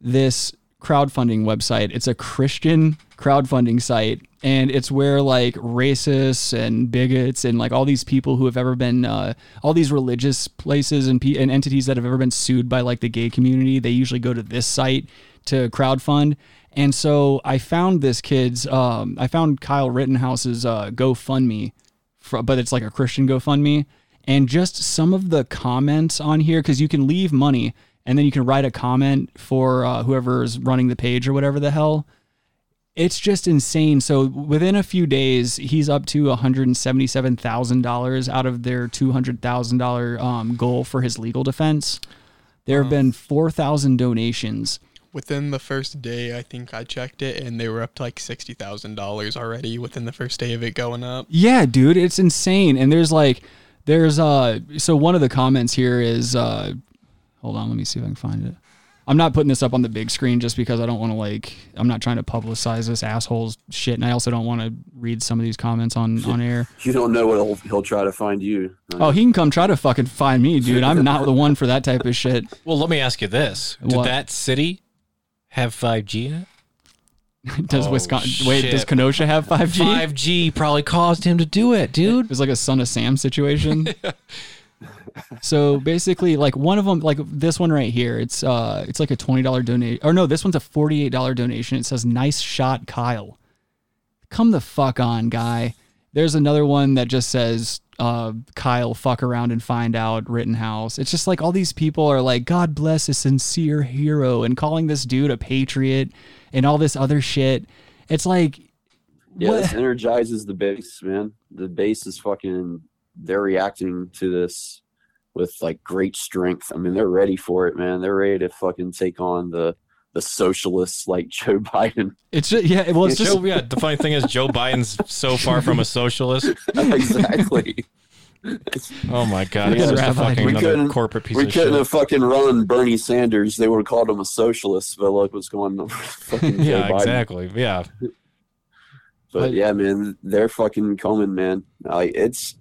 Speaker 8: this crowdfunding website. It's a Christian crowdfunding site, and it's where like racists and bigots and like all these people who have ever been, uh, all these religious places and, pe- and entities that have ever been sued by like the gay community, they usually go to this site to crowdfund. And so I found this kid's, um, I found Kyle Rittenhouse's uh, GoFundMe, fr- but it's like a Christian GoFundMe and just some of the comments on here because you can leave money and then you can write a comment for uh, whoever is running the page or whatever the hell. It's just insane. So within a few days, he's up to one hundred and seventy-seven thousand dollars out of their two hundred thousand thousand dollar um, goal for his legal defense. There have been four thousand donations.
Speaker 9: Within the first day, I think I checked it, and they were up to like sixty thousand dollars already within the first day of it going up.
Speaker 8: Yeah, dude, it's insane. And there's like, there's uh, so one of the comments here is uh, hold on, let me see if I can find it. I'm not putting this up on the big screen just because I don't want to like, I'm not trying to publicize this asshole's shit, and I also don't want to read some of these commenents on on air.
Speaker 3: You don't know what he'll, he'll try to find you.
Speaker 8: Oh, he can come try to fucking find me, dude. I'm not the one for that type of shit.
Speaker 2: Well, let me ask you this: Did
Speaker 8: What?
Speaker 2: that city have five G in it?
Speaker 8: does
Speaker 2: Oh,
Speaker 8: Wisconsin? Wait, does
Speaker 2: shit.
Speaker 8: Kenosha have five G?
Speaker 2: 5G probably caused him to do it, dude. It
Speaker 8: was like a son of Sam situation. so basically, like one of them, like this one right here, it's uh, it's like a twenty dollar donation, or no, this one's a forty eight dollar donation. It says, "Nice shot, Kyle." Come the fuck on, guy. There's another one that just says, uh, "Kyle, fuck around and find out." Rittenhouse. It's just like all these people are like, "God bless a sincere hero," and calling this dude a patriot, and all this other shit. It's like
Speaker 3: Yeah,
Speaker 8: What?
Speaker 3: this energizes the base, man. The base is fucking. They're reacting to this with like great strength. I mean, they're ready for it, man. They're ready to fucking take on the the socialists like Joe Biden.
Speaker 8: it's just, yeah. Well, it's just
Speaker 2: Joe, yeah, the funny thing is Joe Biden's so far from a socialist.
Speaker 3: exactly.
Speaker 2: Oh my god,
Speaker 3: We
Speaker 2: it's just a
Speaker 3: couldn't-
Speaker 2: fucking
Speaker 3: we
Speaker 2: another
Speaker 3: couldn't-
Speaker 2: corporate piece
Speaker 3: We
Speaker 2: of
Speaker 3: couldn't
Speaker 2: shit.
Speaker 3: have fucking run Bernie Sanders. They would have called him a socialist, but look what's going on. with fucking Joe
Speaker 2: yeah,
Speaker 3: Biden.
Speaker 2: exactly. Yeah.
Speaker 3: But yeah, man, they're fucking coming, man. Like it's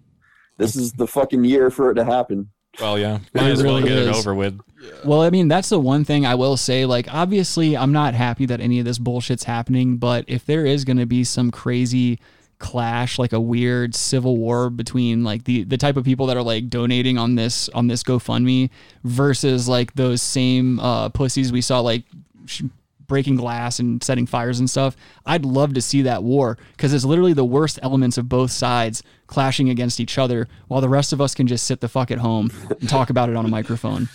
Speaker 3: this is the fucking year for it to happen.
Speaker 2: Well, yeah. Might as well
Speaker 8: really
Speaker 2: get it
Speaker 8: is.
Speaker 2: over with.
Speaker 8: Well, I mean, that's the one thing I will say. Like, obviously, I'm not happy that any of this bullshit's happening, but if there is going to be some crazy clash, like a weird civil war between like the the type of people that are like donating on this on this GoFundMe versus like those same uh, pussies we saw like sh- breaking glass and setting fires and stuff, I'd love to see that war because it's literally the worst elements of both sides clashing against each other, while the rest of us can just sit the fuck at home and talk about it on a microphone.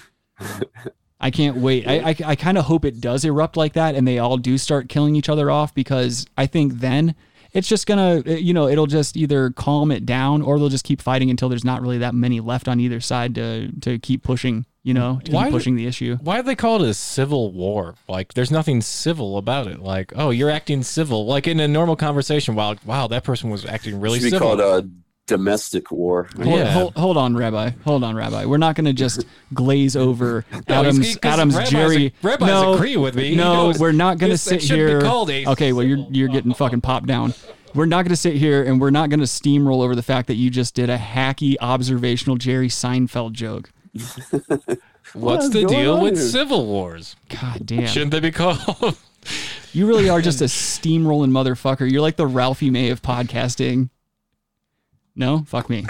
Speaker 8: I can't wait. I, I, I kind of hope it does erupt like that and they all do start killing each other off because I think then it's just going to, you know, it'll just either calm it down or they'll just keep fighting until there's not really that many left on either side to, to keep pushing, you know, to
Speaker 2: Why
Speaker 8: keep
Speaker 2: do-
Speaker 8: pushing the issue.
Speaker 2: Why do they call it a civil war? Like, there's nothing civil about it. Like, oh, you're acting civil. Like in a normal conversation, wow, wow, that person was acting really
Speaker 3: It should be
Speaker 2: civil.
Speaker 3: called uh, a domestic war.
Speaker 8: Hold, hold, hold on, Rabbi. Hold on, Rabbi. We're not going to just glaze over
Speaker 2: No, he's-
Speaker 8: Adams.
Speaker 2: 'cause
Speaker 8: Adams.
Speaker 2: rabbis
Speaker 8: Jerry.
Speaker 2: ag- rabbis
Speaker 8: no,
Speaker 2: agree with me. He
Speaker 8: No,
Speaker 2: knows
Speaker 8: we're not going to
Speaker 2: this-
Speaker 8: sit
Speaker 2: it should be
Speaker 8: here.
Speaker 2: called a
Speaker 8: okay, well, you're you're getting fucking popped down. We're not going to sit here and we're not going to steamroll over the fact that you just did a hacky observational Jerry Seinfeld joke.
Speaker 2: What's
Speaker 8: What
Speaker 2: the
Speaker 8: is going
Speaker 2: deal
Speaker 8: on
Speaker 2: with
Speaker 8: here?
Speaker 2: civil wars?
Speaker 8: God damn.
Speaker 2: Shouldn't they be called?
Speaker 8: You really are just a steamrolling motherfucker. You're like the Ralphie May of podcasting. No, fuck me.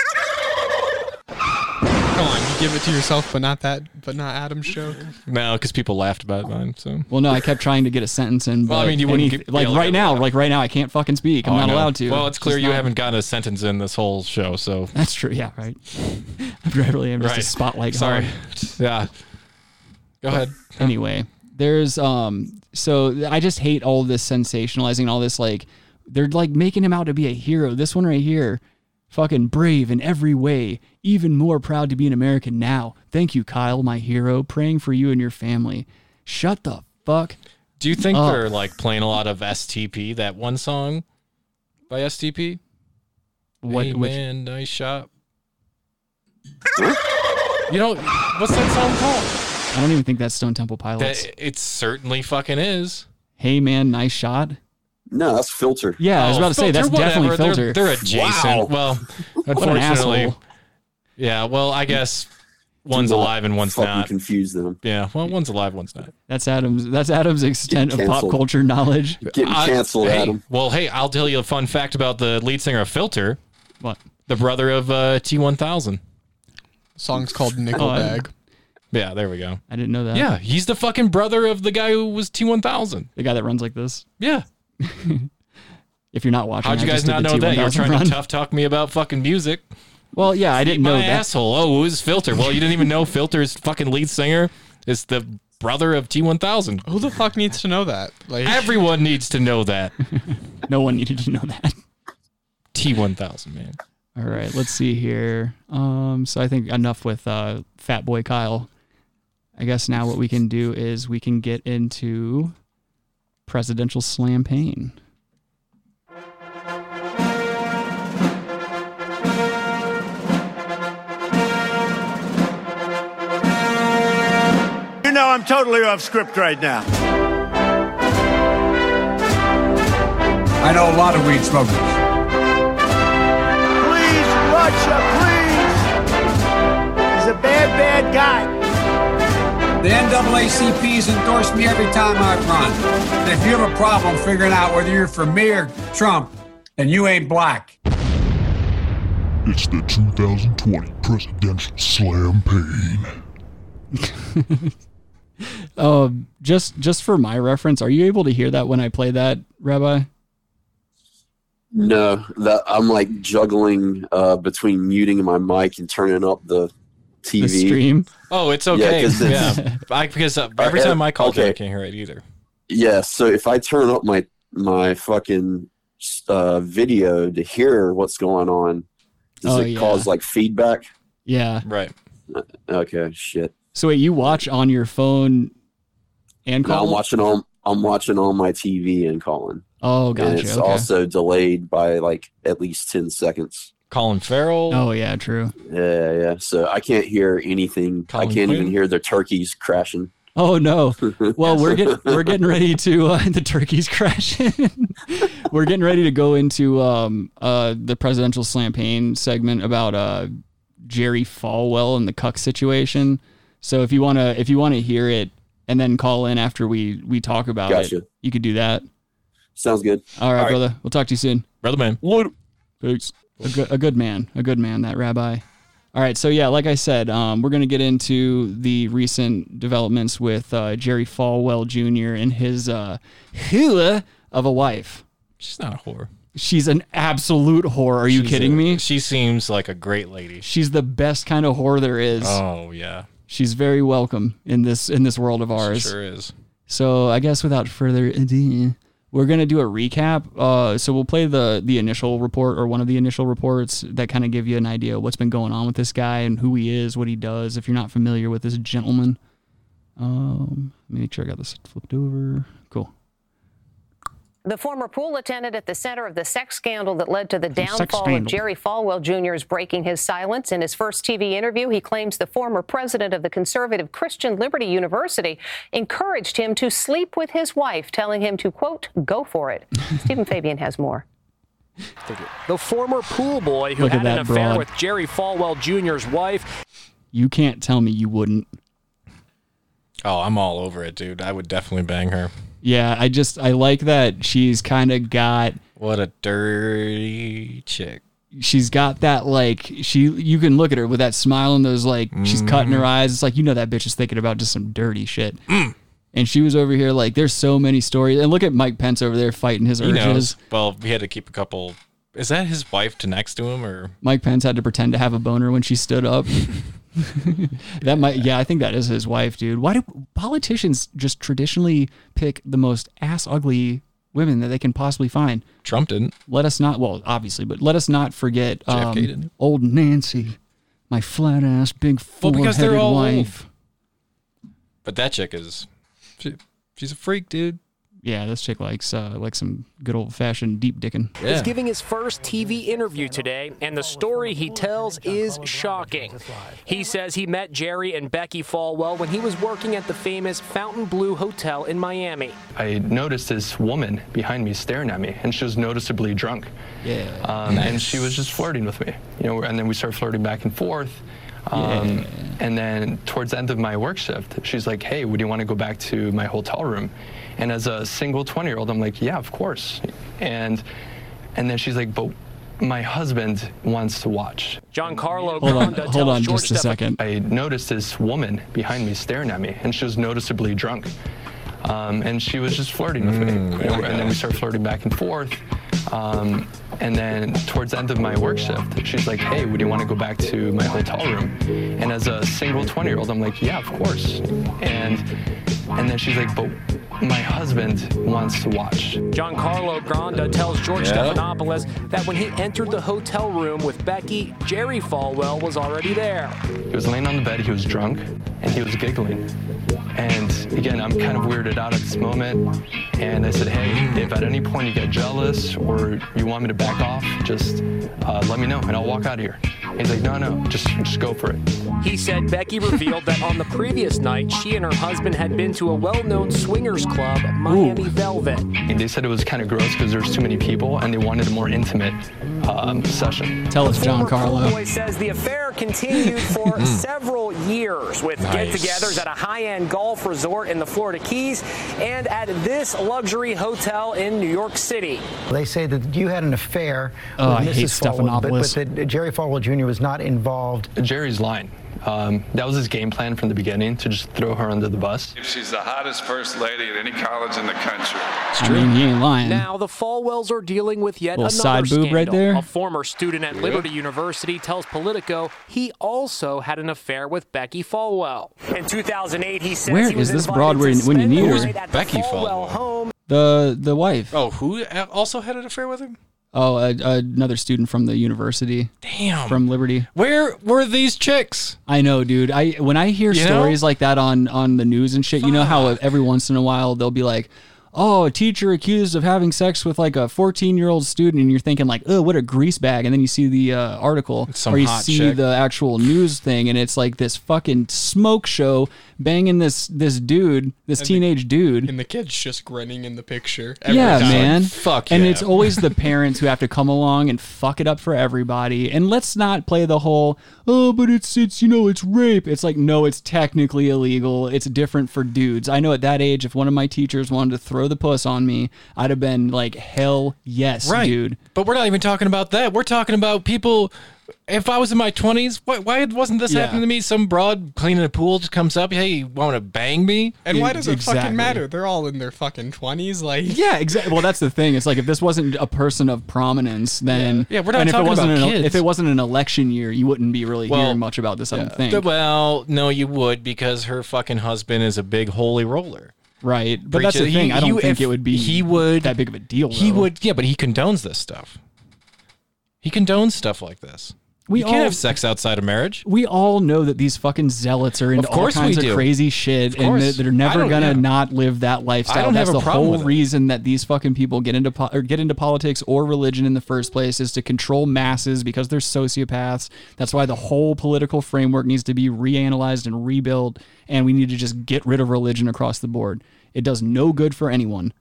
Speaker 9: Come on, you give it to yourself, but not that, but not Adam's joke.
Speaker 2: no, because people laughed about mine. So
Speaker 8: Well, no, I kept trying to get a sentence in. But
Speaker 2: Well, I mean, you wouldn't
Speaker 8: anyth-
Speaker 2: get-
Speaker 8: like
Speaker 2: be able
Speaker 8: right
Speaker 2: to-
Speaker 8: now, like right now, I can't fucking speak. I'm
Speaker 2: Oh, I
Speaker 8: not
Speaker 2: know.
Speaker 8: allowed to.
Speaker 2: Well, it's clear
Speaker 8: just
Speaker 2: you
Speaker 8: not-
Speaker 2: haven't gotten a sentence in this whole show. So
Speaker 8: That's true. Yeah, right. I really am just a
Speaker 2: Right.
Speaker 8: spotlight.
Speaker 2: Sorry.
Speaker 8: hog.
Speaker 2: yeah. Go ahead.
Speaker 8: Anyway, there's um. So th- I just hate all this sensationalizing, all this like they're like making him out to be a hero. This one right here, Fucking brave in every way. Even more proud to be an American now. Thank you, Kyle, my hero. Praying for you and your family. Shut the fuck.
Speaker 2: Do you think
Speaker 8: up.
Speaker 2: they're like playing a lot of STP? That one song by STP.
Speaker 8: What-
Speaker 2: Hey,
Speaker 8: which-
Speaker 2: man, nice shot. you know what's that song called?
Speaker 8: I don't even think that's Stone Temple Pilots.
Speaker 2: That it certainly fucking is.
Speaker 8: hey man, nice shot.
Speaker 3: No, that's filter.
Speaker 8: Yeah, I was
Speaker 2: Oh,
Speaker 8: about to say that's
Speaker 2: filter,
Speaker 8: definitely
Speaker 2: whatever.
Speaker 8: filter.
Speaker 2: They're, they're adjacent. Well,
Speaker 8: What an
Speaker 2: unfortunately,
Speaker 8: asshole.
Speaker 2: yeah. Well, I guess one's
Speaker 3: not
Speaker 2: alive and one's
Speaker 3: fucking
Speaker 2: not.
Speaker 3: Confuse them.
Speaker 2: Yeah. Well, one's alive, one's not.
Speaker 8: That's Adam's. That's Adam's extent of pop
Speaker 2: canceled.
Speaker 8: culture knowledge.
Speaker 2: I- Uh, hey, Well, hey, I'll tell you a fun fact about the lead singer of Filter.
Speaker 8: What?
Speaker 2: The brother of uh, T1000.
Speaker 9: Song's called
Speaker 2: Oh, I-
Speaker 9: Nickelbag.
Speaker 2: Yeah, there we go.
Speaker 8: I didn't know that.
Speaker 2: Yeah, he's the fucking brother of the guy who was T1000.
Speaker 8: the guy that runs like this.
Speaker 2: Yeah.
Speaker 8: If you're not watching,
Speaker 2: How'd you
Speaker 8: I
Speaker 2: guys
Speaker 8: just did
Speaker 2: not
Speaker 8: the
Speaker 2: know that? You're
Speaker 8: T1000
Speaker 2: trying
Speaker 8: run.
Speaker 2: to tough talk me about fucking music.
Speaker 8: Well, yeah, I didn't
Speaker 2: Eat
Speaker 8: know
Speaker 2: my
Speaker 8: that.
Speaker 2: asshole. Oh, it was Filter. Well, you didn't even know Filter's fucking lead singer is the brother of T1000.
Speaker 9: Who the fuck needs to know that? Like
Speaker 2: Everyone needs to know that.
Speaker 8: no one needed to know that.
Speaker 2: T1000, man.
Speaker 8: All right, let's see here. Um, so I think enough with uh, Fat Boy Kyle. I guess now what we can do is we can get into presidential slampagne.
Speaker 5: You know, I'm totally off script right now.
Speaker 6: I know a lot of weed smokers.
Speaker 5: Please, Russia, please. He's a bad, bad guy.
Speaker 6: The NAACP's endorsed me every time I've run. And if you have a problem figuring out whether you're for me or Trump, then you ain't black.
Speaker 7: It's the 2020 presidential slam pain.
Speaker 8: Um, just just for my reference, are you able to hear that when I play that, Rabbi?
Speaker 3: No, that I'm like juggling uh, between muting my mic and turning up the TV
Speaker 8: stream.
Speaker 2: Oh, it's
Speaker 3: Yeah,
Speaker 2: okay.
Speaker 3: 'cause
Speaker 2: Yeah,
Speaker 3: it's-
Speaker 2: I, because uh, every time I call
Speaker 3: Okay.
Speaker 2: Jay, I can't hear it either.
Speaker 3: Yeah, so if I turn up my my fucking uh, video to hear what's going on, does
Speaker 8: Oh,
Speaker 3: it
Speaker 8: yeah.
Speaker 3: cause like feedback? Uh,
Speaker 8: Yeah.
Speaker 2: Right.
Speaker 3: Okay, shit.
Speaker 8: So wait, you watch on your phone and
Speaker 3: No,
Speaker 8: call?
Speaker 3: I'm watching on I'm watching on my TV and calling.
Speaker 8: Oh,
Speaker 3: And
Speaker 8: gotcha.
Speaker 3: it's
Speaker 8: okay.
Speaker 3: also delayed by like at least ten seconds.
Speaker 2: Colin Farrell.
Speaker 8: oh yeah, true.
Speaker 3: Yeah, yeah. So I can't hear anything. I
Speaker 8: Colin
Speaker 3: can't even
Speaker 8: Quinn?
Speaker 3: hear the turkeys crashing.
Speaker 8: Oh no. Well, we're getting we're getting ready to uh, the turkeys crashing. we're getting ready to go into um uh the presidential slampagne segment about uh Jerry Falwell and the cuck situation. So if you wanna if you wanna hear it and then call in after we we talk about
Speaker 3: Gotcha.
Speaker 8: it, you could do that.
Speaker 3: Sounds good.
Speaker 8: All right, brother. We'll talk to you soon.
Speaker 2: Brother man.
Speaker 8: Peace. A good, a good man. A good man, that rabbi. All right. So, yeah, like I said, um, we're going to get into the recent developments with uh, Jerry Falwell Jr. and his uh, hula of a wife.
Speaker 2: She's not a whore.
Speaker 8: She's an absolute whore. Are you
Speaker 2: She's
Speaker 8: kidding
Speaker 2: a-
Speaker 8: me?
Speaker 2: She seems like a great lady.
Speaker 8: She's the best kind of whore there is.
Speaker 2: Oh yeah,
Speaker 8: She's very welcome in this in this world of ours.
Speaker 2: sure is.
Speaker 8: So I guess without further ado, we're gonna do a recap. Uh, so we'll play the the initial report or one of the initial reports that kind of give you an idea of what's been going on with this guy and who he is, what he does. If you're not familiar with this gentleman, um, let me make sure I got this flipped over. Cool.
Speaker 11: The former pool attendant at the center of the sex scandal that led to the downfall of
Speaker 8: scandal.
Speaker 11: Jerry Falwell Jr. is breaking his silence. In his first TV interview, he claims the former president of the conservative Christian Liberty University encouraged him to sleep with his wife, telling him to, quote, go for it. Stephen Fabian has more.
Speaker 12: The former pool boy who
Speaker 8: Look at
Speaker 12: had an
Speaker 8: that
Speaker 12: affair
Speaker 8: broad.
Speaker 12: with Jerry Falwell Jr.'s wife
Speaker 8: You can't tell me you wouldn't.
Speaker 2: Oh, I'm all over it, dude. I would definitely bang her.
Speaker 8: Yeah, I just I like that she's kind of got
Speaker 2: What a dirty chick.
Speaker 8: she's got that like she you can look at her with that smile and those like she's cutting
Speaker 2: Mm-hmm.
Speaker 8: her eyes. It's like you know that bitch is thinking about just some dirty shit.
Speaker 2: Mm.
Speaker 8: And she was over here like there's so many stories. And look at Mike Pence over there fighting his
Speaker 2: He knows.
Speaker 8: urges.
Speaker 2: Well, we had to keep a couple. Is that his wife to next to him or?
Speaker 8: Mike Pence had to pretend to have a boner when she stood up. that might yeah, I think that is his wife, dude. Why do politicians just traditionally pick the most ass ugly women that they can possibly find.
Speaker 2: Trump didn't.
Speaker 8: Let us not, well, obviously, but let us not forget um, old Nancy, my flat ass, big
Speaker 2: Well,
Speaker 8: four
Speaker 2: because they're
Speaker 8: headed
Speaker 2: all
Speaker 8: wife.
Speaker 2: But that chick is.
Speaker 8: She, she's a freak, dude. Yeah, this chick likes uh, like some good old fashioned deep dicking.
Speaker 12: He's giving his first TV interview today, and the story he tells is shocking. He says he met Jerry and Becky Falwell when he was working at the famous Fountain Blue Hotel in Miami.
Speaker 26: I noticed this woman behind me staring at me, and she was noticeably drunk.
Speaker 8: Yeah.
Speaker 26: Um, And she was just flirting with me, you know. And then we started flirting back and forth. Um, And then towards the end of my work shift, she's like, "Hey, would you want to go back to my hotel room?" And as a single 20-year-old, I'm like, "Yeah, of course." And and then she's like, "But my husband wants to watch."
Speaker 12: John Carlo
Speaker 26: Hold on,
Speaker 12: Conda
Speaker 26: hold
Speaker 12: tells
Speaker 26: on
Speaker 12: George
Speaker 26: just a
Speaker 12: Stephan-
Speaker 26: second. I noticed this woman behind me staring at me, and she was noticeably drunk. Um, and she was just flirting with me. You know, and then we started flirting back and forth. Um, and then towards the end of my work shift, she's like, hey, would you want to go back to my hotel room? And as a single 20 year old, I'm like, yeah, of course. And, and then she's like, but my husband wants to watch.
Speaker 12: Giancarlo Granda tells George
Speaker 26: Yeah.
Speaker 12: Stephanopoulos that when he entered the hotel room with Becky, Jerry Falwell was already there.
Speaker 26: He was laying on the bed, he was drunk, and he was giggling. And again, I'm kind of weirded out at this moment. And I said, hey, if at any point you get jealous or you want me to back off, just uh, let me know and I'll walk out of here. He's like, no, no, just, just go for it.
Speaker 12: He said Becky revealed that on the previous night, she and her husband had been to a well known swingers club, Miami Velvet.
Speaker 26: And they said it was kind of gross because there's too many people and they wanted a more intimate um, session.
Speaker 8: Tell us, John
Speaker 12: Boy says the affair continued for several years with
Speaker 26: Hmm. Nice.
Speaker 12: get togethers at a high end golf resort in the Florida Keys and at this luxury hotel in New York City.
Speaker 13: They say that you had an affair
Speaker 26: Oh,
Speaker 13: with
Speaker 26: I
Speaker 13: Mrs.
Speaker 26: hate
Speaker 13: Falwell, but, but
Speaker 26: Stephanopoulos.
Speaker 13: that Jerry Falwell Jr. was not involved.
Speaker 26: Jerry's lying. Um, that was his game plan from the beginning to just throw her under the bus.
Speaker 15: She's the hottest first lady at any college in the country.
Speaker 8: I mean, he ain't lying.
Speaker 12: Now, the Falwells are dealing with yet
Speaker 8: Little
Speaker 12: another
Speaker 8: side boob
Speaker 12: scandal.
Speaker 8: right there.
Speaker 12: A former student at
Speaker 8: Yeah.
Speaker 12: Liberty University tells Politico he also had an affair with Becky Falwell. In 2008, he says
Speaker 8: Where
Speaker 12: he was
Speaker 8: is this
Speaker 12: invited
Speaker 8: broad where-
Speaker 12: to
Speaker 8: when you
Speaker 12: spend
Speaker 8: need
Speaker 12: the
Speaker 8: her?
Speaker 12: night at the
Speaker 8: Becky
Speaker 12: Falwell home.
Speaker 8: The the wife.
Speaker 2: Oh, who also had an affair with him?
Speaker 8: Oh, a, another student from the university.
Speaker 2: Damn.
Speaker 8: From Liberty.
Speaker 2: Where were these chicks?
Speaker 8: I know, dude. I when I hear
Speaker 2: You know?
Speaker 8: stories like that on on the news and shit, you know how every once in a while they'll be like, "Oh, a teacher accused of having sex with like a 14 year old student," and you're thinking like, "Oh, what a grease bag," and then you see the uh, article
Speaker 2: some
Speaker 8: or you
Speaker 2: hot
Speaker 8: see
Speaker 2: chick.
Speaker 8: the actual news thing, and it's like this fucking smoke show banging this this dude, this
Speaker 9: And the-
Speaker 8: teenage dude.
Speaker 9: And the kid's just grinning in the picture. every
Speaker 8: Yeah,
Speaker 9: time.
Speaker 8: man. And it's always the parents who have to come along and fuck it up for everybody. And let's not play the whole, oh, but it's it's you know, it's rape. It's like, no, it's technically illegal. It's different for dudes. I know at that age, if one of my teachers wanted to throw the puss on me, I'd have been like, hell yes,
Speaker 2: Right.
Speaker 8: dude.
Speaker 2: But we're not even talking about that. We're talking about people. If I was in my twenties, why, why wasn't this
Speaker 8: Yeah.
Speaker 2: happening to me? Some broad cleaning a pool just comes up. Hey, you want to bang me?
Speaker 9: And
Speaker 8: E-
Speaker 9: why does it fucking matter? They're all in their fucking 20s. Like,
Speaker 8: Yeah, exactly. Well, that's the thing. It's like if this wasn't a person of prominence, then
Speaker 2: Yeah, we're not
Speaker 8: and
Speaker 2: talking
Speaker 8: if it wasn't
Speaker 2: about
Speaker 8: an,
Speaker 2: kids.
Speaker 8: If it wasn't an election year, you wouldn't be really
Speaker 2: Well,
Speaker 8: hearing much about this. I don't think.
Speaker 2: Well, no, you would because her fucking husband is a big holy roller.
Speaker 8: Right, but that's the thing. I don't think it would be
Speaker 2: He would
Speaker 8: that big of a deal.
Speaker 2: He
Speaker 8: though.
Speaker 2: would, yeah, but he condones this stuff. He condones stuff like this.
Speaker 8: We
Speaker 2: you can't
Speaker 8: all-
Speaker 2: have sex outside of marriage.
Speaker 8: we all know that these fucking zealots are into
Speaker 2: Of course
Speaker 8: all kinds
Speaker 2: we
Speaker 8: of
Speaker 2: do.
Speaker 8: crazy shit,
Speaker 2: Of
Speaker 8: and
Speaker 2: course.
Speaker 8: that they're
Speaker 2: I
Speaker 8: never
Speaker 2: don't-
Speaker 8: gonna
Speaker 2: yeah.
Speaker 8: not live that lifestyle.
Speaker 2: I don't
Speaker 8: That's
Speaker 2: have a
Speaker 8: the
Speaker 2: problem
Speaker 8: whole
Speaker 2: with it.
Speaker 8: reason that these fucking people get into po- or get into politics or religion in the first place is to control masses because they're sociopaths. That's why the whole political framework needs to be reanalyzed and rebuilt, and we need to just get rid of religion across the board. It does no good for anyone.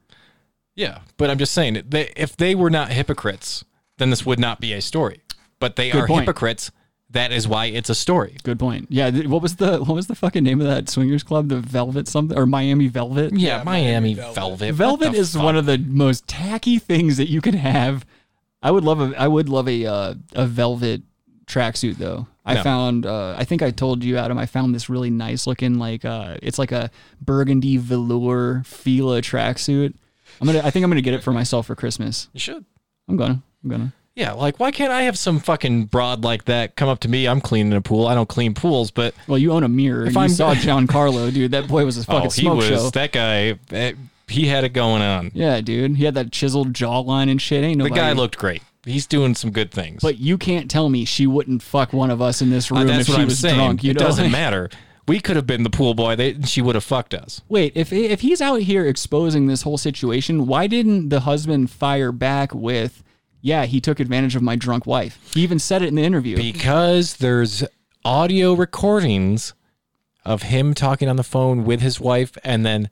Speaker 2: Yeah, but I'm just saying that they, if they were not hypocrites, then this would not be a story. But they
Speaker 8: Good
Speaker 2: are
Speaker 8: point.
Speaker 2: hypocrites. That is why it's a story.
Speaker 8: Good point. Yeah, th- what was the what was the fucking name of that swingers club? The Velvet something or Miami Velvet?
Speaker 2: Yeah, Miami, Velvet.
Speaker 8: Velvet is one of the most tacky things that you can have. I would love a I would love a uh, a velvet tracksuit though. I
Speaker 2: No.
Speaker 8: found uh, I think I told you Adam I found this really nice looking like uh, it's like a burgundy velour Fila tracksuit. I'm gonna I think I'm gonna get it for myself for Christmas.
Speaker 2: You should.
Speaker 8: I'm gonna I'm gonna.
Speaker 2: Yeah, like why can't I have some fucking broad like that come up to me? I'm cleaning a pool. I don't clean pools, but
Speaker 8: Well, you own a mirror.
Speaker 2: If
Speaker 8: and you
Speaker 2: I'm-
Speaker 8: saw Giancarlo, dude. That boy was a fucking
Speaker 2: oh, he
Speaker 8: smoke
Speaker 2: was
Speaker 8: show.
Speaker 2: that guy. eh, he had it going on.
Speaker 8: Yeah, dude. He had that chiseled jawline and shit. Ain't
Speaker 2: The
Speaker 8: nobody.
Speaker 2: guy looked great. He's doing some good things.
Speaker 8: But you can't tell me she wouldn't fuck one of us in this
Speaker 2: Uh,
Speaker 8: room
Speaker 2: that's
Speaker 8: if
Speaker 2: what
Speaker 8: she
Speaker 2: I'm
Speaker 8: was
Speaker 2: saying.
Speaker 8: drunk. You
Speaker 2: it
Speaker 8: know?
Speaker 2: doesn't matter. We could have been the pool boy. They, she would have fucked us.
Speaker 8: Wait, if if he's out here exposing this whole situation, why didn't the husband fire back with, "Yeah, he took advantage of my drunk wife"? He even said it in the interview.
Speaker 2: Because there's audio recordings of him talking on the phone with his wife, and then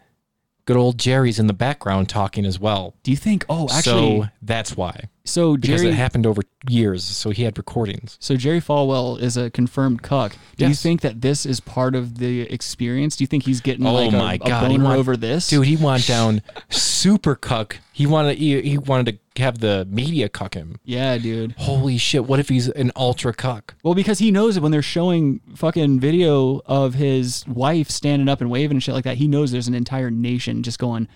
Speaker 2: good old Jerry's in the background talking as well.
Speaker 8: Do you think? Oh,
Speaker 2: so
Speaker 8: actually-
Speaker 2: that's why.
Speaker 8: So
Speaker 2: because
Speaker 8: Jerry-
Speaker 2: it happened over years, so he had recordings.
Speaker 8: So Jerry Falwell is a confirmed cuck. Do you
Speaker 2: Yes.
Speaker 8: think that this is part of the experience? Do you think he's getting
Speaker 2: Oh
Speaker 8: like a,
Speaker 2: my
Speaker 8: a
Speaker 2: god,
Speaker 8: boner
Speaker 2: went-
Speaker 8: over this?
Speaker 2: dude. He went down super cuck. He wanted he, he wanted to have the media cuck him.
Speaker 8: Yeah, dude.
Speaker 2: Holy shit! What if he's an ultra cuck?
Speaker 8: Well, because he knows it when they're showing fucking video of his wife standing up and waving and shit like that. He knows there's an entire nation just going,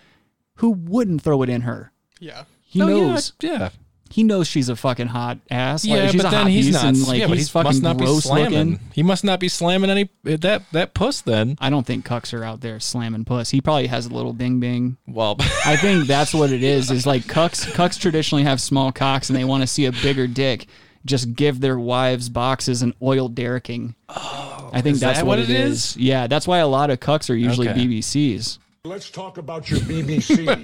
Speaker 8: who wouldn't throw it in her?
Speaker 9: Yeah.
Speaker 8: He
Speaker 2: No, Oh, yeah,
Speaker 8: knows.
Speaker 2: yeah.
Speaker 8: He knows she's a fucking hot ass. Like,
Speaker 2: yeah,
Speaker 8: she's
Speaker 2: but
Speaker 8: a
Speaker 2: then
Speaker 8: hot
Speaker 2: he's
Speaker 8: piece
Speaker 2: not.
Speaker 8: And, like,
Speaker 2: yeah, but
Speaker 8: he's
Speaker 2: he
Speaker 8: fucking
Speaker 2: must not be
Speaker 8: gross
Speaker 2: slamming.
Speaker 8: looking.
Speaker 2: He must not be slamming any that that puss. Then
Speaker 8: I don't think cucks are out there slamming puss. He probably has a little ding bing.
Speaker 2: Well,
Speaker 8: I think that's what it is. Is like cucks. Cucks traditionally have small cocks, and they want to see a bigger dick. Just give their wives boxes and oil derricking. Oh, I think
Speaker 14: is
Speaker 8: that's
Speaker 14: that
Speaker 8: what, it
Speaker 14: what it
Speaker 8: is. Yeah, that's why a lot of cucks are usually
Speaker 14: Okay.
Speaker 8: BBCs.
Speaker 14: Let's talk about your BBC.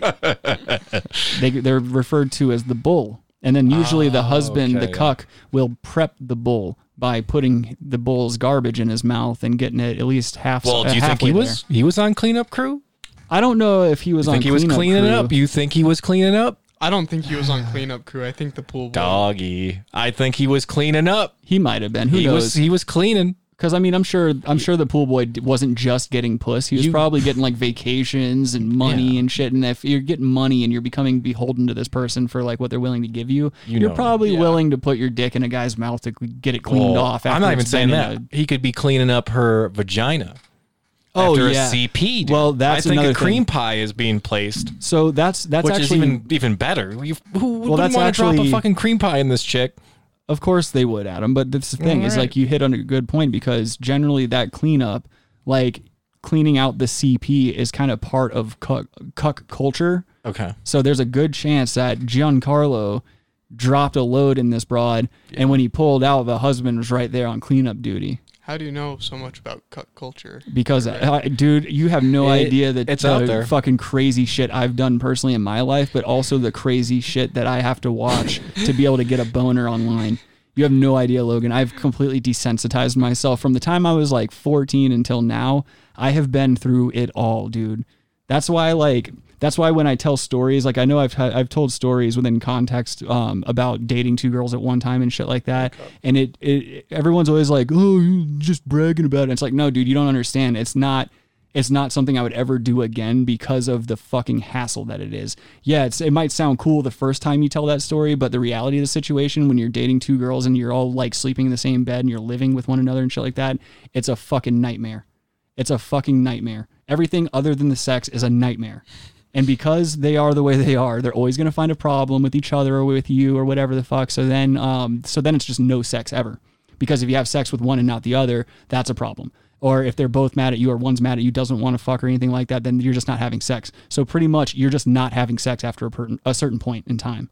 Speaker 8: They they're referred to as the bull, and then usually
Speaker 2: Oh,
Speaker 8: the husband, the
Speaker 14: okay.
Speaker 8: cuck, will prep the bull by putting the bull's garbage in his mouth and getting it at least half. uh,
Speaker 2: Well, do you think
Speaker 8: halfway
Speaker 2: he was
Speaker 8: there.
Speaker 2: he was on cleanup crew?
Speaker 8: I don't know if he was
Speaker 2: You
Speaker 8: on.
Speaker 2: think he was
Speaker 8: cleanup
Speaker 2: cleaning
Speaker 8: crew.
Speaker 2: up? You think he was cleaning up?
Speaker 9: I don't think he was on cleanup crew. I think the pool boy.
Speaker 2: Doggy, I think he was cleaning up.
Speaker 8: He might have been. Who
Speaker 2: he
Speaker 8: knows?
Speaker 2: Was, he was cleaning.
Speaker 8: Because I mean, I'm sure, I'm sure the pool boy d- wasn't just getting puss. He was probably getting like vacations and money and shit. And if you're getting money and you're becoming beholden to this person for like what they're willing to give you,
Speaker 2: You
Speaker 8: you are
Speaker 2: know.
Speaker 8: probably willing to put your dick in a guy's mouth to get it cleaned
Speaker 2: Oh,
Speaker 8: off. After
Speaker 2: I'm not even
Speaker 8: it's
Speaker 2: saying
Speaker 8: been in
Speaker 2: that.
Speaker 8: a-
Speaker 2: He could be cleaning up her vagina.
Speaker 8: Oh,
Speaker 2: after
Speaker 8: yeah.
Speaker 2: a CP. dude.
Speaker 8: Well, that's
Speaker 2: I think
Speaker 8: another
Speaker 2: a cream
Speaker 8: thing.
Speaker 2: pie is being placed.
Speaker 8: so that's that's
Speaker 2: which
Speaker 8: actually
Speaker 2: is even even better. You, who
Speaker 8: Well,
Speaker 2: would
Speaker 8: that's
Speaker 2: want to drop
Speaker 8: actually-
Speaker 2: a fucking cream pie in this chick?
Speaker 8: Of course they would, Adam. But that's the thing is
Speaker 2: Alright.
Speaker 8: like you hit on a good point because generally that cleanup, like cleaning out the CP, is kind of part of cuck, cuck culture.
Speaker 2: Okay.
Speaker 8: So there's a good chance that Giancarlo dropped a load in this broad, and when he pulled out, the husband was right there on cleanup duty.
Speaker 9: How do you know so much about cuck culture?
Speaker 8: Because, uh, dude, you have no
Speaker 9: It-
Speaker 8: idea that
Speaker 9: it's
Speaker 8: the
Speaker 9: out there.
Speaker 8: fucking crazy shit I've done personally in my life, but also the crazy shit that I have to watch to be able to get a boner online. You have no idea, Logan. I've completely desensitized myself from the time I was like 14 until now. I have been through it all, dude. That's why, like, that's why when I tell stories, like I know I've I've told stories within context um, about dating two girls at one time and shit like that, and it, it everyone's always like, oh, you just bragging about it. It's like, no, dude, you don't understand. It's not it's not something I would ever do again because of the fucking hassle that it is. Yeah, it's, it might sound cool the first time you tell that story, but the reality of the situation when you're dating two girls and you're all like sleeping in the same bed and you're living with one another and shit like that, it's a fucking nightmare. It's a fucking nightmare. Everything other than the sex is a nightmare. And because they are the way they are, they're always going to find a problem with each other or with you or whatever the fuck. So then, um, so then it's just no sex ever. Because if you have sex with one and not the other, that's a problem. Or if they're both mad at you or one's mad at you, doesn't want to fuck or anything like that, then you're just not having sex. So pretty much, you're just not having sex after a, per- a certain point in time.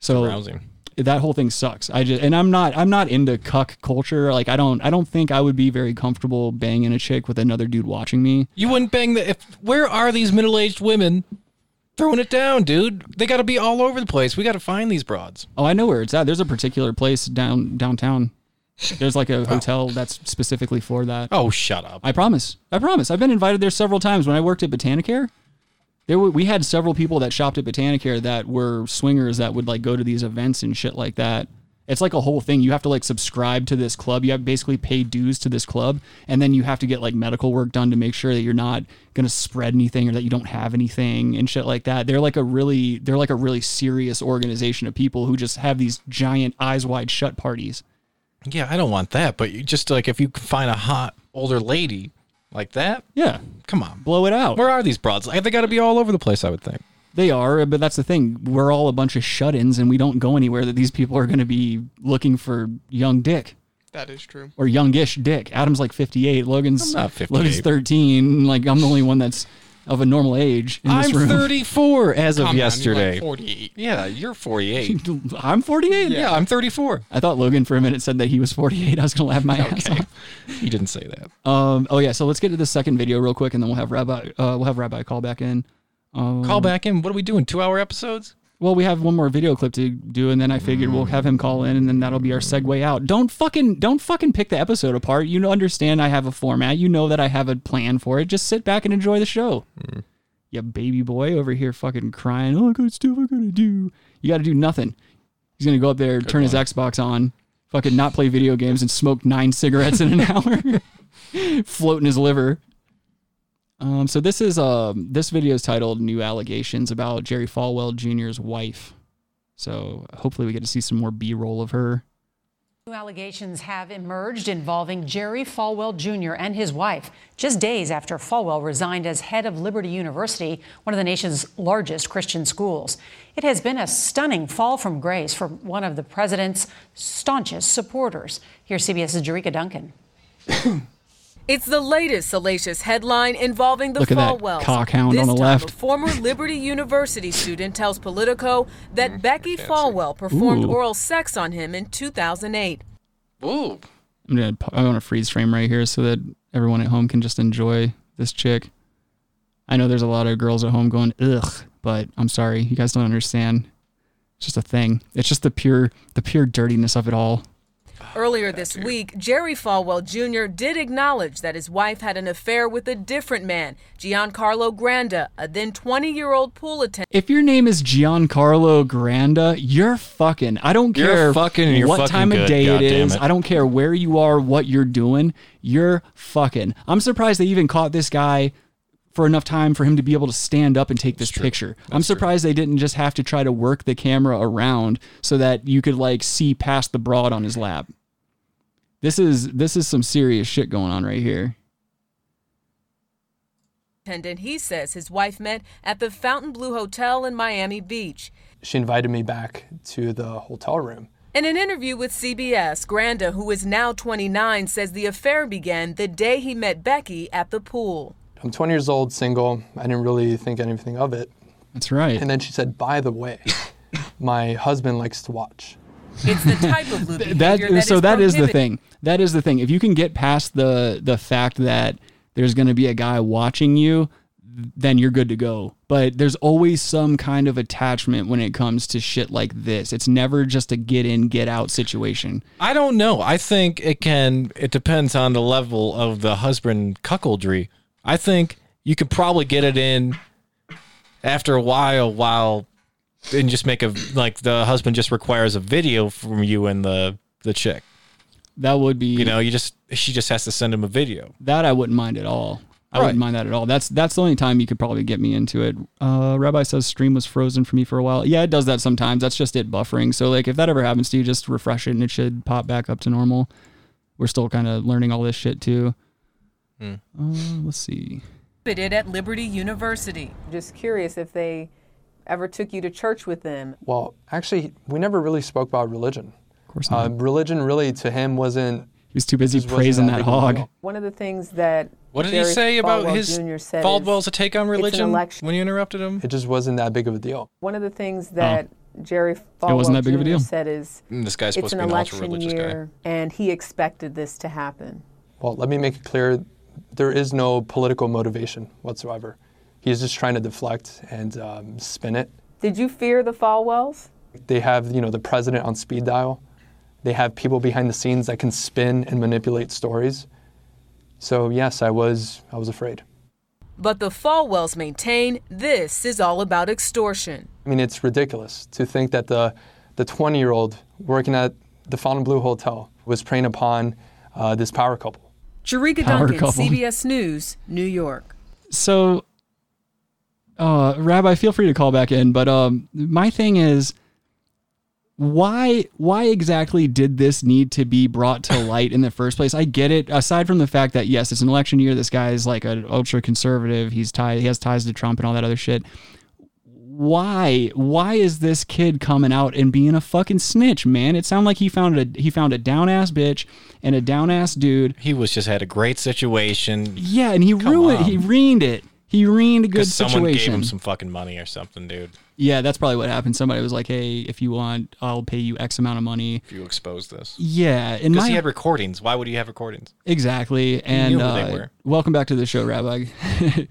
Speaker 8: So
Speaker 2: arousing.
Speaker 8: that whole thing sucks. I just and I'm not I'm not into cuck culture. Like I don't I don't think I would be very comfortable banging a chick with another dude watching me.
Speaker 2: You wouldn't bang the. If where are these middle aged women throwing it down, dude? They got to be all over the place. We got to find these broads.
Speaker 8: Oh, I know where it's at. There's a particular place down downtown. There's like a hotel that's specifically for that.
Speaker 2: Oh, shut up.
Speaker 8: I promise. I promise. I've been invited there several times when I worked at Botanicare. There were, we had several people that shopped at Botanicare that were swingers that would like go to these events and shit like that. It's like a whole thing. You have to like subscribe to this club. You have basically pay dues to this club, and then you have to get like medical work done to make sure that you're not gonna spread anything or that you don't have anything and shit like that. They're like a really they're like a really serious organization of people who just have these giant eyes wide shut parties.
Speaker 2: Yeah, I don't want that. But you just like if you can find a hot older lady like that,
Speaker 8: Yeah.
Speaker 2: come on,
Speaker 8: blow it out.
Speaker 2: Where are these broads? Like, they got to be all over the place. I would think.
Speaker 8: They are, but that's the thing. We're all a bunch of shut-ins, and we don't go anywhere that these people are going to be looking for young dick
Speaker 9: That is true.
Speaker 8: or youngish dick. Adam's like 58. Logan's
Speaker 2: I'm not 58.
Speaker 8: Logan's 13. Like I'm the only one that's of a normal age in this
Speaker 2: I'm
Speaker 8: room.
Speaker 2: 34 as of
Speaker 8: Calm down, you're like
Speaker 2: yesterday.
Speaker 8: 48.
Speaker 2: Yeah, you're 48.
Speaker 8: I'm 48.
Speaker 2: Yeah, I'm 34.
Speaker 8: I thought Logan for a minute said that he was 48. I was gonna laugh my ass off.
Speaker 2: He didn't say that.
Speaker 8: Um, oh yeah, so let's get to the second video real quick, and then we'll have Rabbi. Uh, we'll have Rabbi call back in. Um,
Speaker 2: Call back in. What are we doing? Two hour episodes?
Speaker 8: Well, we have one more video clip to do, and then I figured we'll have him call in, and then that'll be our segue out. Don't fucking don't fucking pick the episode apart. You understand I have a format. You know that I have a plan for it. Just sit back and enjoy the show.
Speaker 2: Hmm.
Speaker 8: Yeah, baby boy over here fucking crying. Oh, good stuff I gotta do. You gotta do nothing. He's gonna go up there, turn his Xbox on, fucking not play video games, and smoke nine cigarettes in an hour, floating his liver. Um, so this is um, this video is titled "New Allegations About Jerry Falwell Jr.'s Wife." So hopefully we get to see some more B-roll of her.
Speaker 27: New allegations have emerged involving Jerry Falwell Jr. and his wife, just days after Falwell resigned as head of Liberty University, one of the nation's largest Christian schools. It has been a stunning fall from grace for one of the president's staunchest supporters. Here's CBS's Jerika Duncan.
Speaker 18: It's the latest salacious headline involving the
Speaker 8: Look at that
Speaker 18: Falwells.
Speaker 8: cockhound
Speaker 18: this
Speaker 8: on the
Speaker 18: time,
Speaker 8: left.
Speaker 18: A former Liberty University student tells Politico that Becky Falwell performed
Speaker 8: Ooh.
Speaker 18: oral sex on him in 2008. Ooh.
Speaker 8: I'm gonna I want to freeze frame right here so that everyone at home can just enjoy this chick. I know there's a lot of girls at home going ugh, but I'm sorry, you guys don't understand. It's just a thing. It's just the pure the pure dirtiness of it all.
Speaker 18: Earlier this week, Jerry Falwell Jr. did acknowledge that his wife had an affair with a different man, Giancarlo Granda, a then 20 year old pool attendant.
Speaker 8: If your name is Giancarlo Granda, you're fucking. I don't
Speaker 2: You're
Speaker 8: care
Speaker 2: fucking and you're
Speaker 8: what
Speaker 2: fucking
Speaker 8: time of
Speaker 2: good,
Speaker 8: day it
Speaker 2: goddamn
Speaker 8: is.
Speaker 2: it.
Speaker 8: I don't care where you are, what you're doing. You're fucking. I'm surprised they even caught this guy for enough time for him to be able to stand up and take this picture. I'm surprised they didn't just have to try to work the camera around so that you could like see past the broad on his lap. This is this is some serious shit going on right here.
Speaker 18: He says his wife met at the Fontainebleau Hotel in Miami Beach.
Speaker 26: She invited me back to the hotel room.
Speaker 18: In an interview with CBS, Granda, who is now 29, says the affair began the day he met Becky at the pool.
Speaker 26: I'm 20 years old, single. I didn't really think anything of it.
Speaker 8: That's right.
Speaker 26: And then she said, by the way, my husband likes to watch.
Speaker 18: It's the type of lewd
Speaker 8: that,
Speaker 18: behavior that
Speaker 8: so
Speaker 18: is
Speaker 8: that is the
Speaker 18: prohibited.
Speaker 8: thing that is the thing if you can get past the the fact that there's going to be a guy watching you then you're good to go but there's always some kind of attachment when it comes to shit like this it's never just a get in get out situation
Speaker 2: I don't know. I think it can. It depends on the level of the husband cuckoldry. I think you could probably get it in after a while, while and just make a like the husband just requires a video from you and the the chick.
Speaker 8: That would be
Speaker 2: you know you just she just has to send him a video.
Speaker 8: that i wouldn't mind at all i wouldn't
Speaker 2: Right.
Speaker 8: mind that at all that's that's the only time you could probably get me into it uh rabbi says stream was frozen for me for a while yeah it does that sometimes that's just it buffering so like if that ever happens to you just refresh it and it should pop back up to normal we're still kind of learning all this shit too
Speaker 2: Hmm.
Speaker 8: Uh, let's see.
Speaker 18: Prohibited at Liberty University.
Speaker 19: Just curious if they ever took you to church with them.
Speaker 26: Well, actually, we never really spoke about religion. Of
Speaker 8: course
Speaker 26: not. Uh, religion really to him wasn't.
Speaker 8: He was too busy
Speaker 26: wasn't
Speaker 8: praising
Speaker 26: that
Speaker 8: that
Speaker 26: big of a
Speaker 8: hog.
Speaker 26: deal.
Speaker 19: One of the things that
Speaker 26: What did he
Speaker 19: Jerry
Speaker 26: say about
Speaker 19: Falwell
Speaker 26: his
Speaker 19: Jr. said
Speaker 2: Baldwell's
Speaker 19: is,
Speaker 2: a take on
Speaker 19: it's an
Speaker 2: religion
Speaker 19: election.
Speaker 2: when you interrupted him.
Speaker 26: It just wasn't that big of a deal.
Speaker 19: One of the things that Jerry Falwell
Speaker 26: Oh. It wasn't that big of a
Speaker 19: Jr.
Speaker 26: deal.
Speaker 19: said is
Speaker 26: Mm, this guy's
Speaker 19: it's
Speaker 26: supposed to
Speaker 19: an
Speaker 26: be an
Speaker 19: election
Speaker 26: ultra-religious guy."
Speaker 19: year, and he expected this to happen.
Speaker 26: Well, let me make it clear there is no political motivation whatsoever. He's just trying to deflect and um, spin it.
Speaker 19: Did you fear the Falwells?
Speaker 26: They have, you know, the president on speed dial. They have people behind the scenes that can spin and manipulate stories. So yes, I was I was afraid.
Speaker 18: But the Falwells maintain this is all about extortion.
Speaker 26: I mean, it's ridiculous to think that the the 20 year old working at the Fontainebleau Hotel was preying upon uh, this power couple.
Speaker 18: Jerika
Speaker 26: Power
Speaker 18: Duncan,
Speaker 26: couple.
Speaker 18: CBS News, New York.
Speaker 8: so uh rabbi feel free to call back in but um my thing is why why exactly did this need to be brought to light in the first place i get it aside from the fact that yes it's an election year this guy is like an ultra conservative he's tied he has ties to trump and all that other shit why why is this kid coming out and being a fucking snitch man it sounded like he found a he found a down ass bitch and a down ass dude
Speaker 2: He was just had a great situation.
Speaker 8: yeah, and he ruined, he ruined it. He reined a good
Speaker 2: 'Cause
Speaker 8: situation.
Speaker 2: someone gave him some fucking money or something, dude.
Speaker 8: yeah, that's probably what happened. Somebody was like, "Hey, if you want, I'll pay you X amount of money."
Speaker 2: If you expose this,
Speaker 8: Yeah, in
Speaker 2: because
Speaker 8: my-
Speaker 2: he had recordings. Why would he have recordings?
Speaker 8: Exactly. And
Speaker 2: knew who they
Speaker 8: uh,
Speaker 2: were.
Speaker 8: welcome back to the show, Rabbi.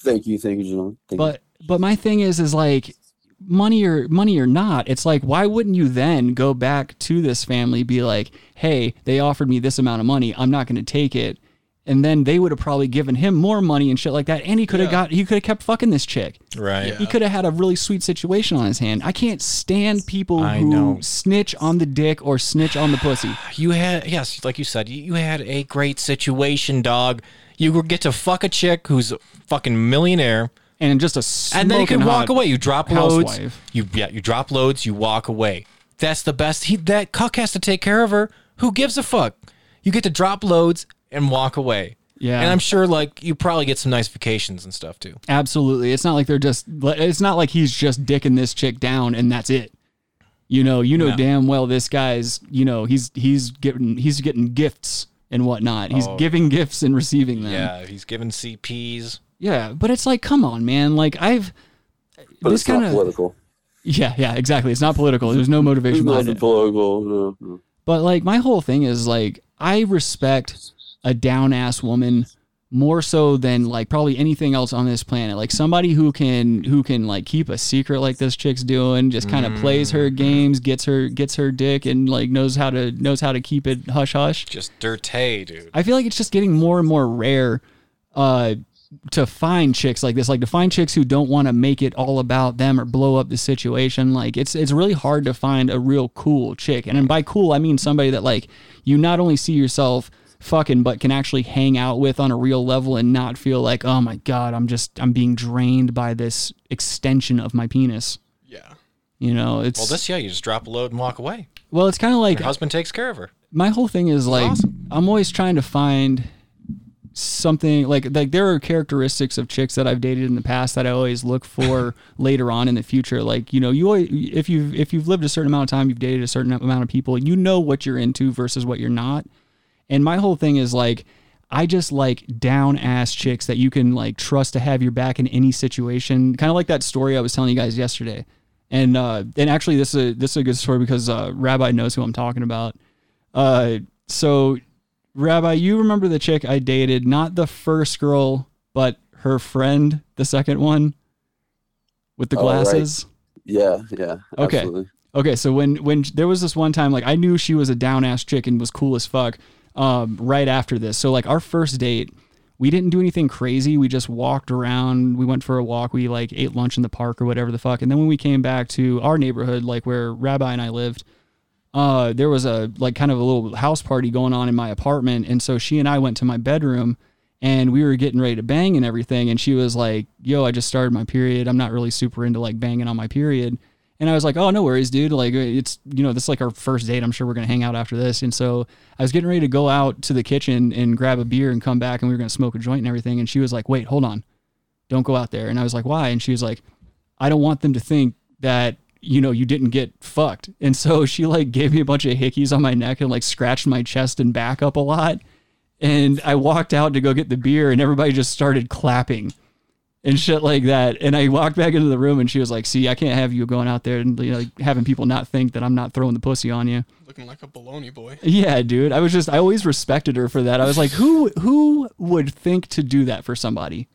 Speaker 3: Thank you, thank you, gentlemen. Thank
Speaker 8: but but my thing is is like money or money or not, it's like why wouldn't you then go back to this family be like, "Hey, they offered me this amount of money. I'm not going to take it." And then they would have probably given him more money and shit like that, and he could have
Speaker 2: Yeah.
Speaker 8: got he could have kept fucking this chick.
Speaker 2: Right.
Speaker 8: He could have had a really sweet situation on his hand. I can't stand people who snitch on the dick or snitch on the pussy.
Speaker 2: You had yes, like you said, you, you had a great situation, dog. You would get to fuck a chick who's a fucking millionaire
Speaker 8: and just a
Speaker 2: and then you
Speaker 8: smoking
Speaker 2: can walk
Speaker 8: hot
Speaker 2: away. You drop loads.
Speaker 8: housewife.
Speaker 2: You yeah, you drop loads. You walk away. That's the best. He that cuck has to take care of her. Who gives a fuck? You get to drop loads and walk away.
Speaker 8: Yeah.
Speaker 2: and I'm sure like you probably get some nice vacations and stuff too.
Speaker 8: Absolutely. It's not like they're just it's not like he's just dicking this chick down and that's it. You know, you know
Speaker 2: No.
Speaker 8: damn well this guy's, you know, he's he's getting he's getting gifts and whatnot. He's
Speaker 2: Oh.
Speaker 8: giving gifts and receiving them.
Speaker 2: Yeah, he's giving CPs.
Speaker 8: Yeah, but it's like come on, man. Like I've
Speaker 3: But
Speaker 8: this
Speaker 3: it's not
Speaker 8: kind of
Speaker 3: political.
Speaker 8: Yeah, yeah, exactly. It's not political. There's no
Speaker 3: It's
Speaker 8: motivation
Speaker 3: not
Speaker 8: behind it.
Speaker 3: political. Oh, No, no.
Speaker 8: But like my whole thing is like I respect a down ass woman more so than like probably anything else on this planet. Like somebody who can who can like keep a secret like this chick's doing, just kind of plays her games, gets her gets her dick and like knows how to knows how to keep it hush hush.
Speaker 2: Just dirty, dude.
Speaker 8: I feel like it's just getting more and more rare uh, to find chicks like this, like to find chicks who don't want to make it all about them or blow up the situation. Like it's it's really hard to find a real cool chick, and, and by cool I mean somebody that like you not only see yourself fucking but can actually hang out with on a real level and not feel like oh my god I'm just I'm being drained by this extension of my penis.
Speaker 2: Yeah.
Speaker 8: You know it's
Speaker 2: well, this yeah, you just drop a load and walk away.
Speaker 8: well it's kind of like
Speaker 2: Your husband takes care of her.
Speaker 8: my whole thing is like I'm always trying to find something like like there are characteristics of chicks that I've dated in the past that I always look for later on in the future. Like you know, you always, if you've if you've lived a certain amount of time, you've dated a certain amount of people, you know what you're into versus what you're not. And my whole thing is like I just like down ass chicks that you can like trust to have your back in any situation. Kind of like that story I was telling you guys yesterday. And uh and actually this is a this is a good story because uh Rabbi knows who I'm talking about. Uh so Rabbi, you remember the chick I dated, not the first girl, but her friend, the second one with the
Speaker 3: Oh, right.
Speaker 8: glasses.
Speaker 3: Yeah, yeah.
Speaker 8: Okay.
Speaker 3: Absolutely.
Speaker 8: Okay. So when when there was this one time, like I knew she was a down ass chick and was cool as fuck. Um, right after this, so like our first date, we didn't do anything crazy. We just walked around. We went for a walk. We like ate lunch in the park or whatever the fuck. And then when we came back to our neighborhood, like where Rabbi and I lived, uh, there was a like kind of a little house party going on in my apartment, and so she and I went to my bedroom, and we were getting ready to bang and everything, and she was like, "Yo, I just started my period. I'm not really super into like banging on my period," and I was like, "Oh, no worries, dude. Like it's you know this is like our first date. I'm sure we're gonna hang out after this." And so I was getting ready to go out to the kitchen and grab a beer and come back, and we were gonna smoke a joint and everything, and she was like, "Wait, hold on, don't go out there," and I was like, "Why?" And she was like. I don't want them to think that you know you didn't get fucked. And so she like gave me a bunch of hickeys on my neck and like scratched my chest and back up a lot. And I walked out to go get the beer and everybody just started clapping and shit like that. And I walked back into the room and she was like, "See, I can't have you going out there and you know having people not think that I'm not throwing the pussy on you."
Speaker 9: Looking like a baloney boy.
Speaker 8: Yeah, dude. I was just I always respected her for that. I was like, "Who who would think to do that for somebody?"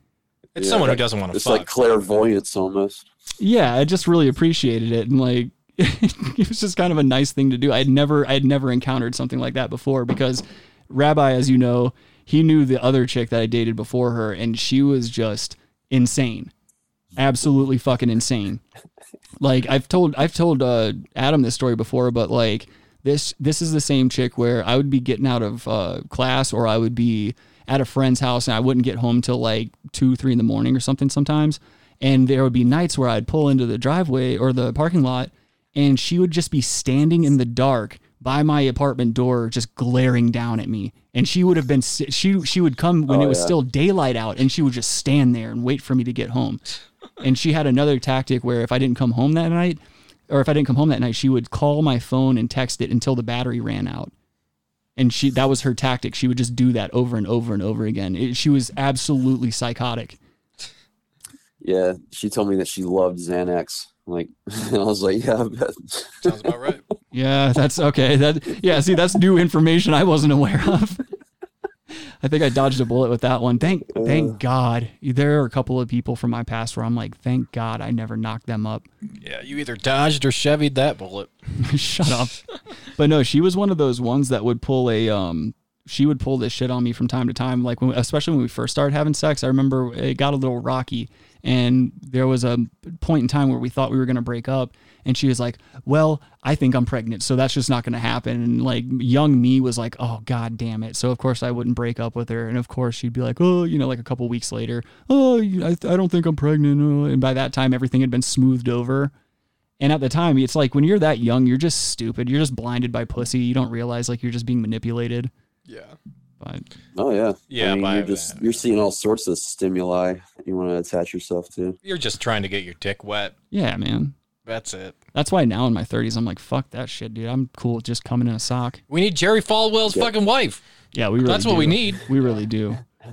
Speaker 2: It's
Speaker 3: Yeah,
Speaker 2: someone who
Speaker 3: that-
Speaker 2: doesn't want to
Speaker 3: It's
Speaker 2: fuck.
Speaker 3: like clairvoyance almost.
Speaker 8: yeah, I just really appreciated it and like it was just kind of a nice thing to do. I'd never I'd never encountered something like that before because Rabbi, as you know, he knew the other chick that I dated before her and she was just insane. Absolutely fucking insane. Like I've told I've told uh Adam this story before, but like this this is the same chick where I would be getting out of uh class or I would be at a friend's house and I wouldn't get home till like two, three in the morning or something sometimes. And there would be nights where I'd pull into the driveway or the parking lot and she would just be standing in the dark by my apartment door just glaring down at me and she would have been si- she she would come when
Speaker 20: Oh,
Speaker 8: it was
Speaker 20: yeah.
Speaker 8: still daylight out and she would just stand there and wait for me to get home and she had another tactic where if i didn't come home that night or if i didn't come home that night she would call my phone and text it until the battery ran out and she that was her tactic she would just do that over and over and over again It- she was absolutely psychotic
Speaker 3: Yeah, she told me that she loved Xanax. Like, and I was like, yeah, I bet. sounds about right.
Speaker 8: Yeah, that's okay. That yeah, see, that's new information I wasn't aware of. I think I dodged a bullet with that one. Thank thank God. There are a couple of people from my past where I'm like, thank God I never knocked them up.
Speaker 2: Yeah, you either dodged or chevied that bullet.
Speaker 8: Shut up. but no, she was one of those ones that would pull a um she would pull this shit on me from time to time like when especially when we first started having sex. I remember it got a little rocky and there was a point in time where we thought we were going to break up and she was like, "Well, I think I'm pregnant, so that's just not going to happen." And like young me was like, "Oh god damn it." So of course I wouldn't break up with her and of course she'd be like, "Oh, you know, like a couple weeks later, oh, you- I, I don't think I'm pregnant." oh," And by that time everything had been smoothed over. And at the time, it's like when you're that young, you're just stupid. You're just blinded by pussy. You don't realize like you're just being manipulated.
Speaker 9: Yeah.
Speaker 8: But
Speaker 3: Oh yeah,
Speaker 2: Yeah,
Speaker 3: I mean,
Speaker 2: by
Speaker 3: you're just you're seeing all sorts of stimuli you want to attach yourself to.
Speaker 2: You're just trying to get your dick wet.
Speaker 8: yeah, man.
Speaker 2: That's it.
Speaker 8: That's why now in my 30s, I'm like, fuck that shit, dude. I'm cool with just coming in a sock.
Speaker 2: We need Jerry Falwell's fucking wife.
Speaker 8: Yeah, we really
Speaker 2: That's what we
Speaker 8: do.
Speaker 2: need.
Speaker 8: We really do.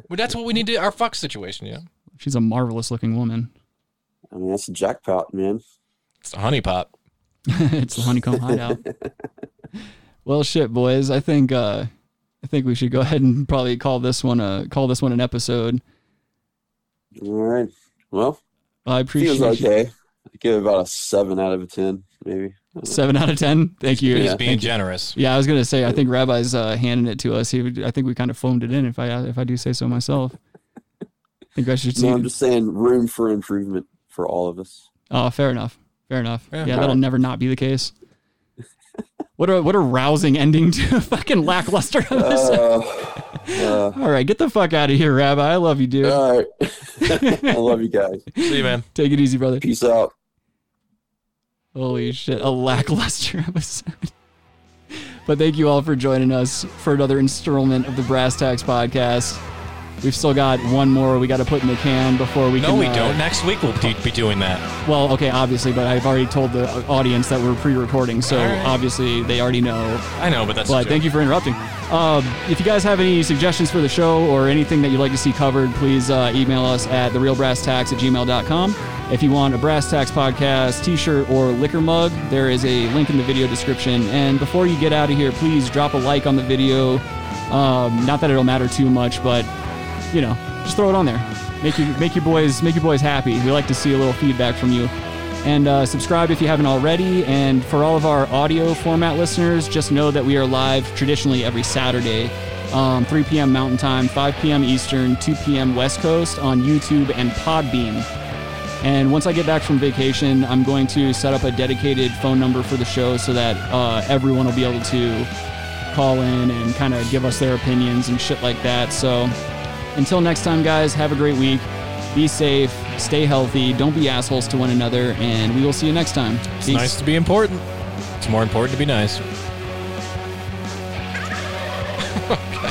Speaker 2: Well, that's what we need to our fuck situation. Yeah,
Speaker 8: She's a marvelous looking woman.
Speaker 3: I mean, that's a jackpot, man.
Speaker 2: it's a honey pot.
Speaker 8: it's the honeycomb hideout. well, shit, boys. I think uh, I think we should go ahead and probably call this one a call this one an episode.
Speaker 3: All right. Well,
Speaker 8: I appreciate
Speaker 3: Feels
Speaker 8: you.
Speaker 3: okay. I give it about a seven out of a ten, maybe.
Speaker 8: Seven out of ten. Thank you.
Speaker 3: He's
Speaker 8: Thank
Speaker 2: being
Speaker 8: you.
Speaker 2: generous.
Speaker 8: Yeah, I was gonna say. I think Rabbi's uh, handing it to us. He, would- I think we kind of phoned it in. If I if I do say so myself, I think I should see.
Speaker 3: No, I'm just saying, room for improvement for all of us.
Speaker 8: Oh, fair enough. Fair enough.
Speaker 3: Yeah.
Speaker 8: Yeah, that'll never not be the case. What a what a rousing ending to a fucking lackluster
Speaker 3: Uh,
Speaker 8: episode. All right, get the fuck out of here, Rabbi. I love you, dude.
Speaker 3: All right. I love you guys.
Speaker 2: See you, man.
Speaker 8: Take it easy, brother.
Speaker 3: Peace out.
Speaker 8: Holy shit, a lackluster episode. But thank you all for joining us for another installment of the Brass Tax Podcast. We've still got one more we got to put in the can before we
Speaker 2: no,
Speaker 8: can.
Speaker 2: we
Speaker 8: uh,
Speaker 2: don't. Next week we'll be- be doing that.
Speaker 8: Well, okay, obviously, but I've already told the audience that we're pre-recording, so
Speaker 2: All right.
Speaker 8: obviously they already know.
Speaker 2: I know, but that's. a
Speaker 8: But
Speaker 2: joke.
Speaker 8: thank you for interrupting. Um, if you guys have any suggestions for the show or anything that you'd like to see covered, please uh, email us at therealbrasstax at gmail.com. If you want a Brass Tax podcast t shirt or liquor mug, there is a link in the video description. And before you get out of here, please drop a like on the video. Um, not that it'll matter too much, but you know, just throw it on there. Make you make your boys make your boys happy. We like to see a little feedback from you. And uh, subscribe if you haven't already. And for all of our audio format listeners, just know that we are live traditionally every Saturday, um, 3 p.m. Mountain Time, 5 p.m. Eastern, 2 p.m. West Coast on YouTube and Podbeam. And once I get back from vacation, I'm going to set up a dedicated phone number for the show so that uh, everyone will be able to call in and kind of give us their opinions and shit like that. So until next time, guys, have a great week. Be safe, stay healthy, don't be assholes to one another, and we will see you next time.
Speaker 2: It's nice to be important. It's more important to be nice. okay.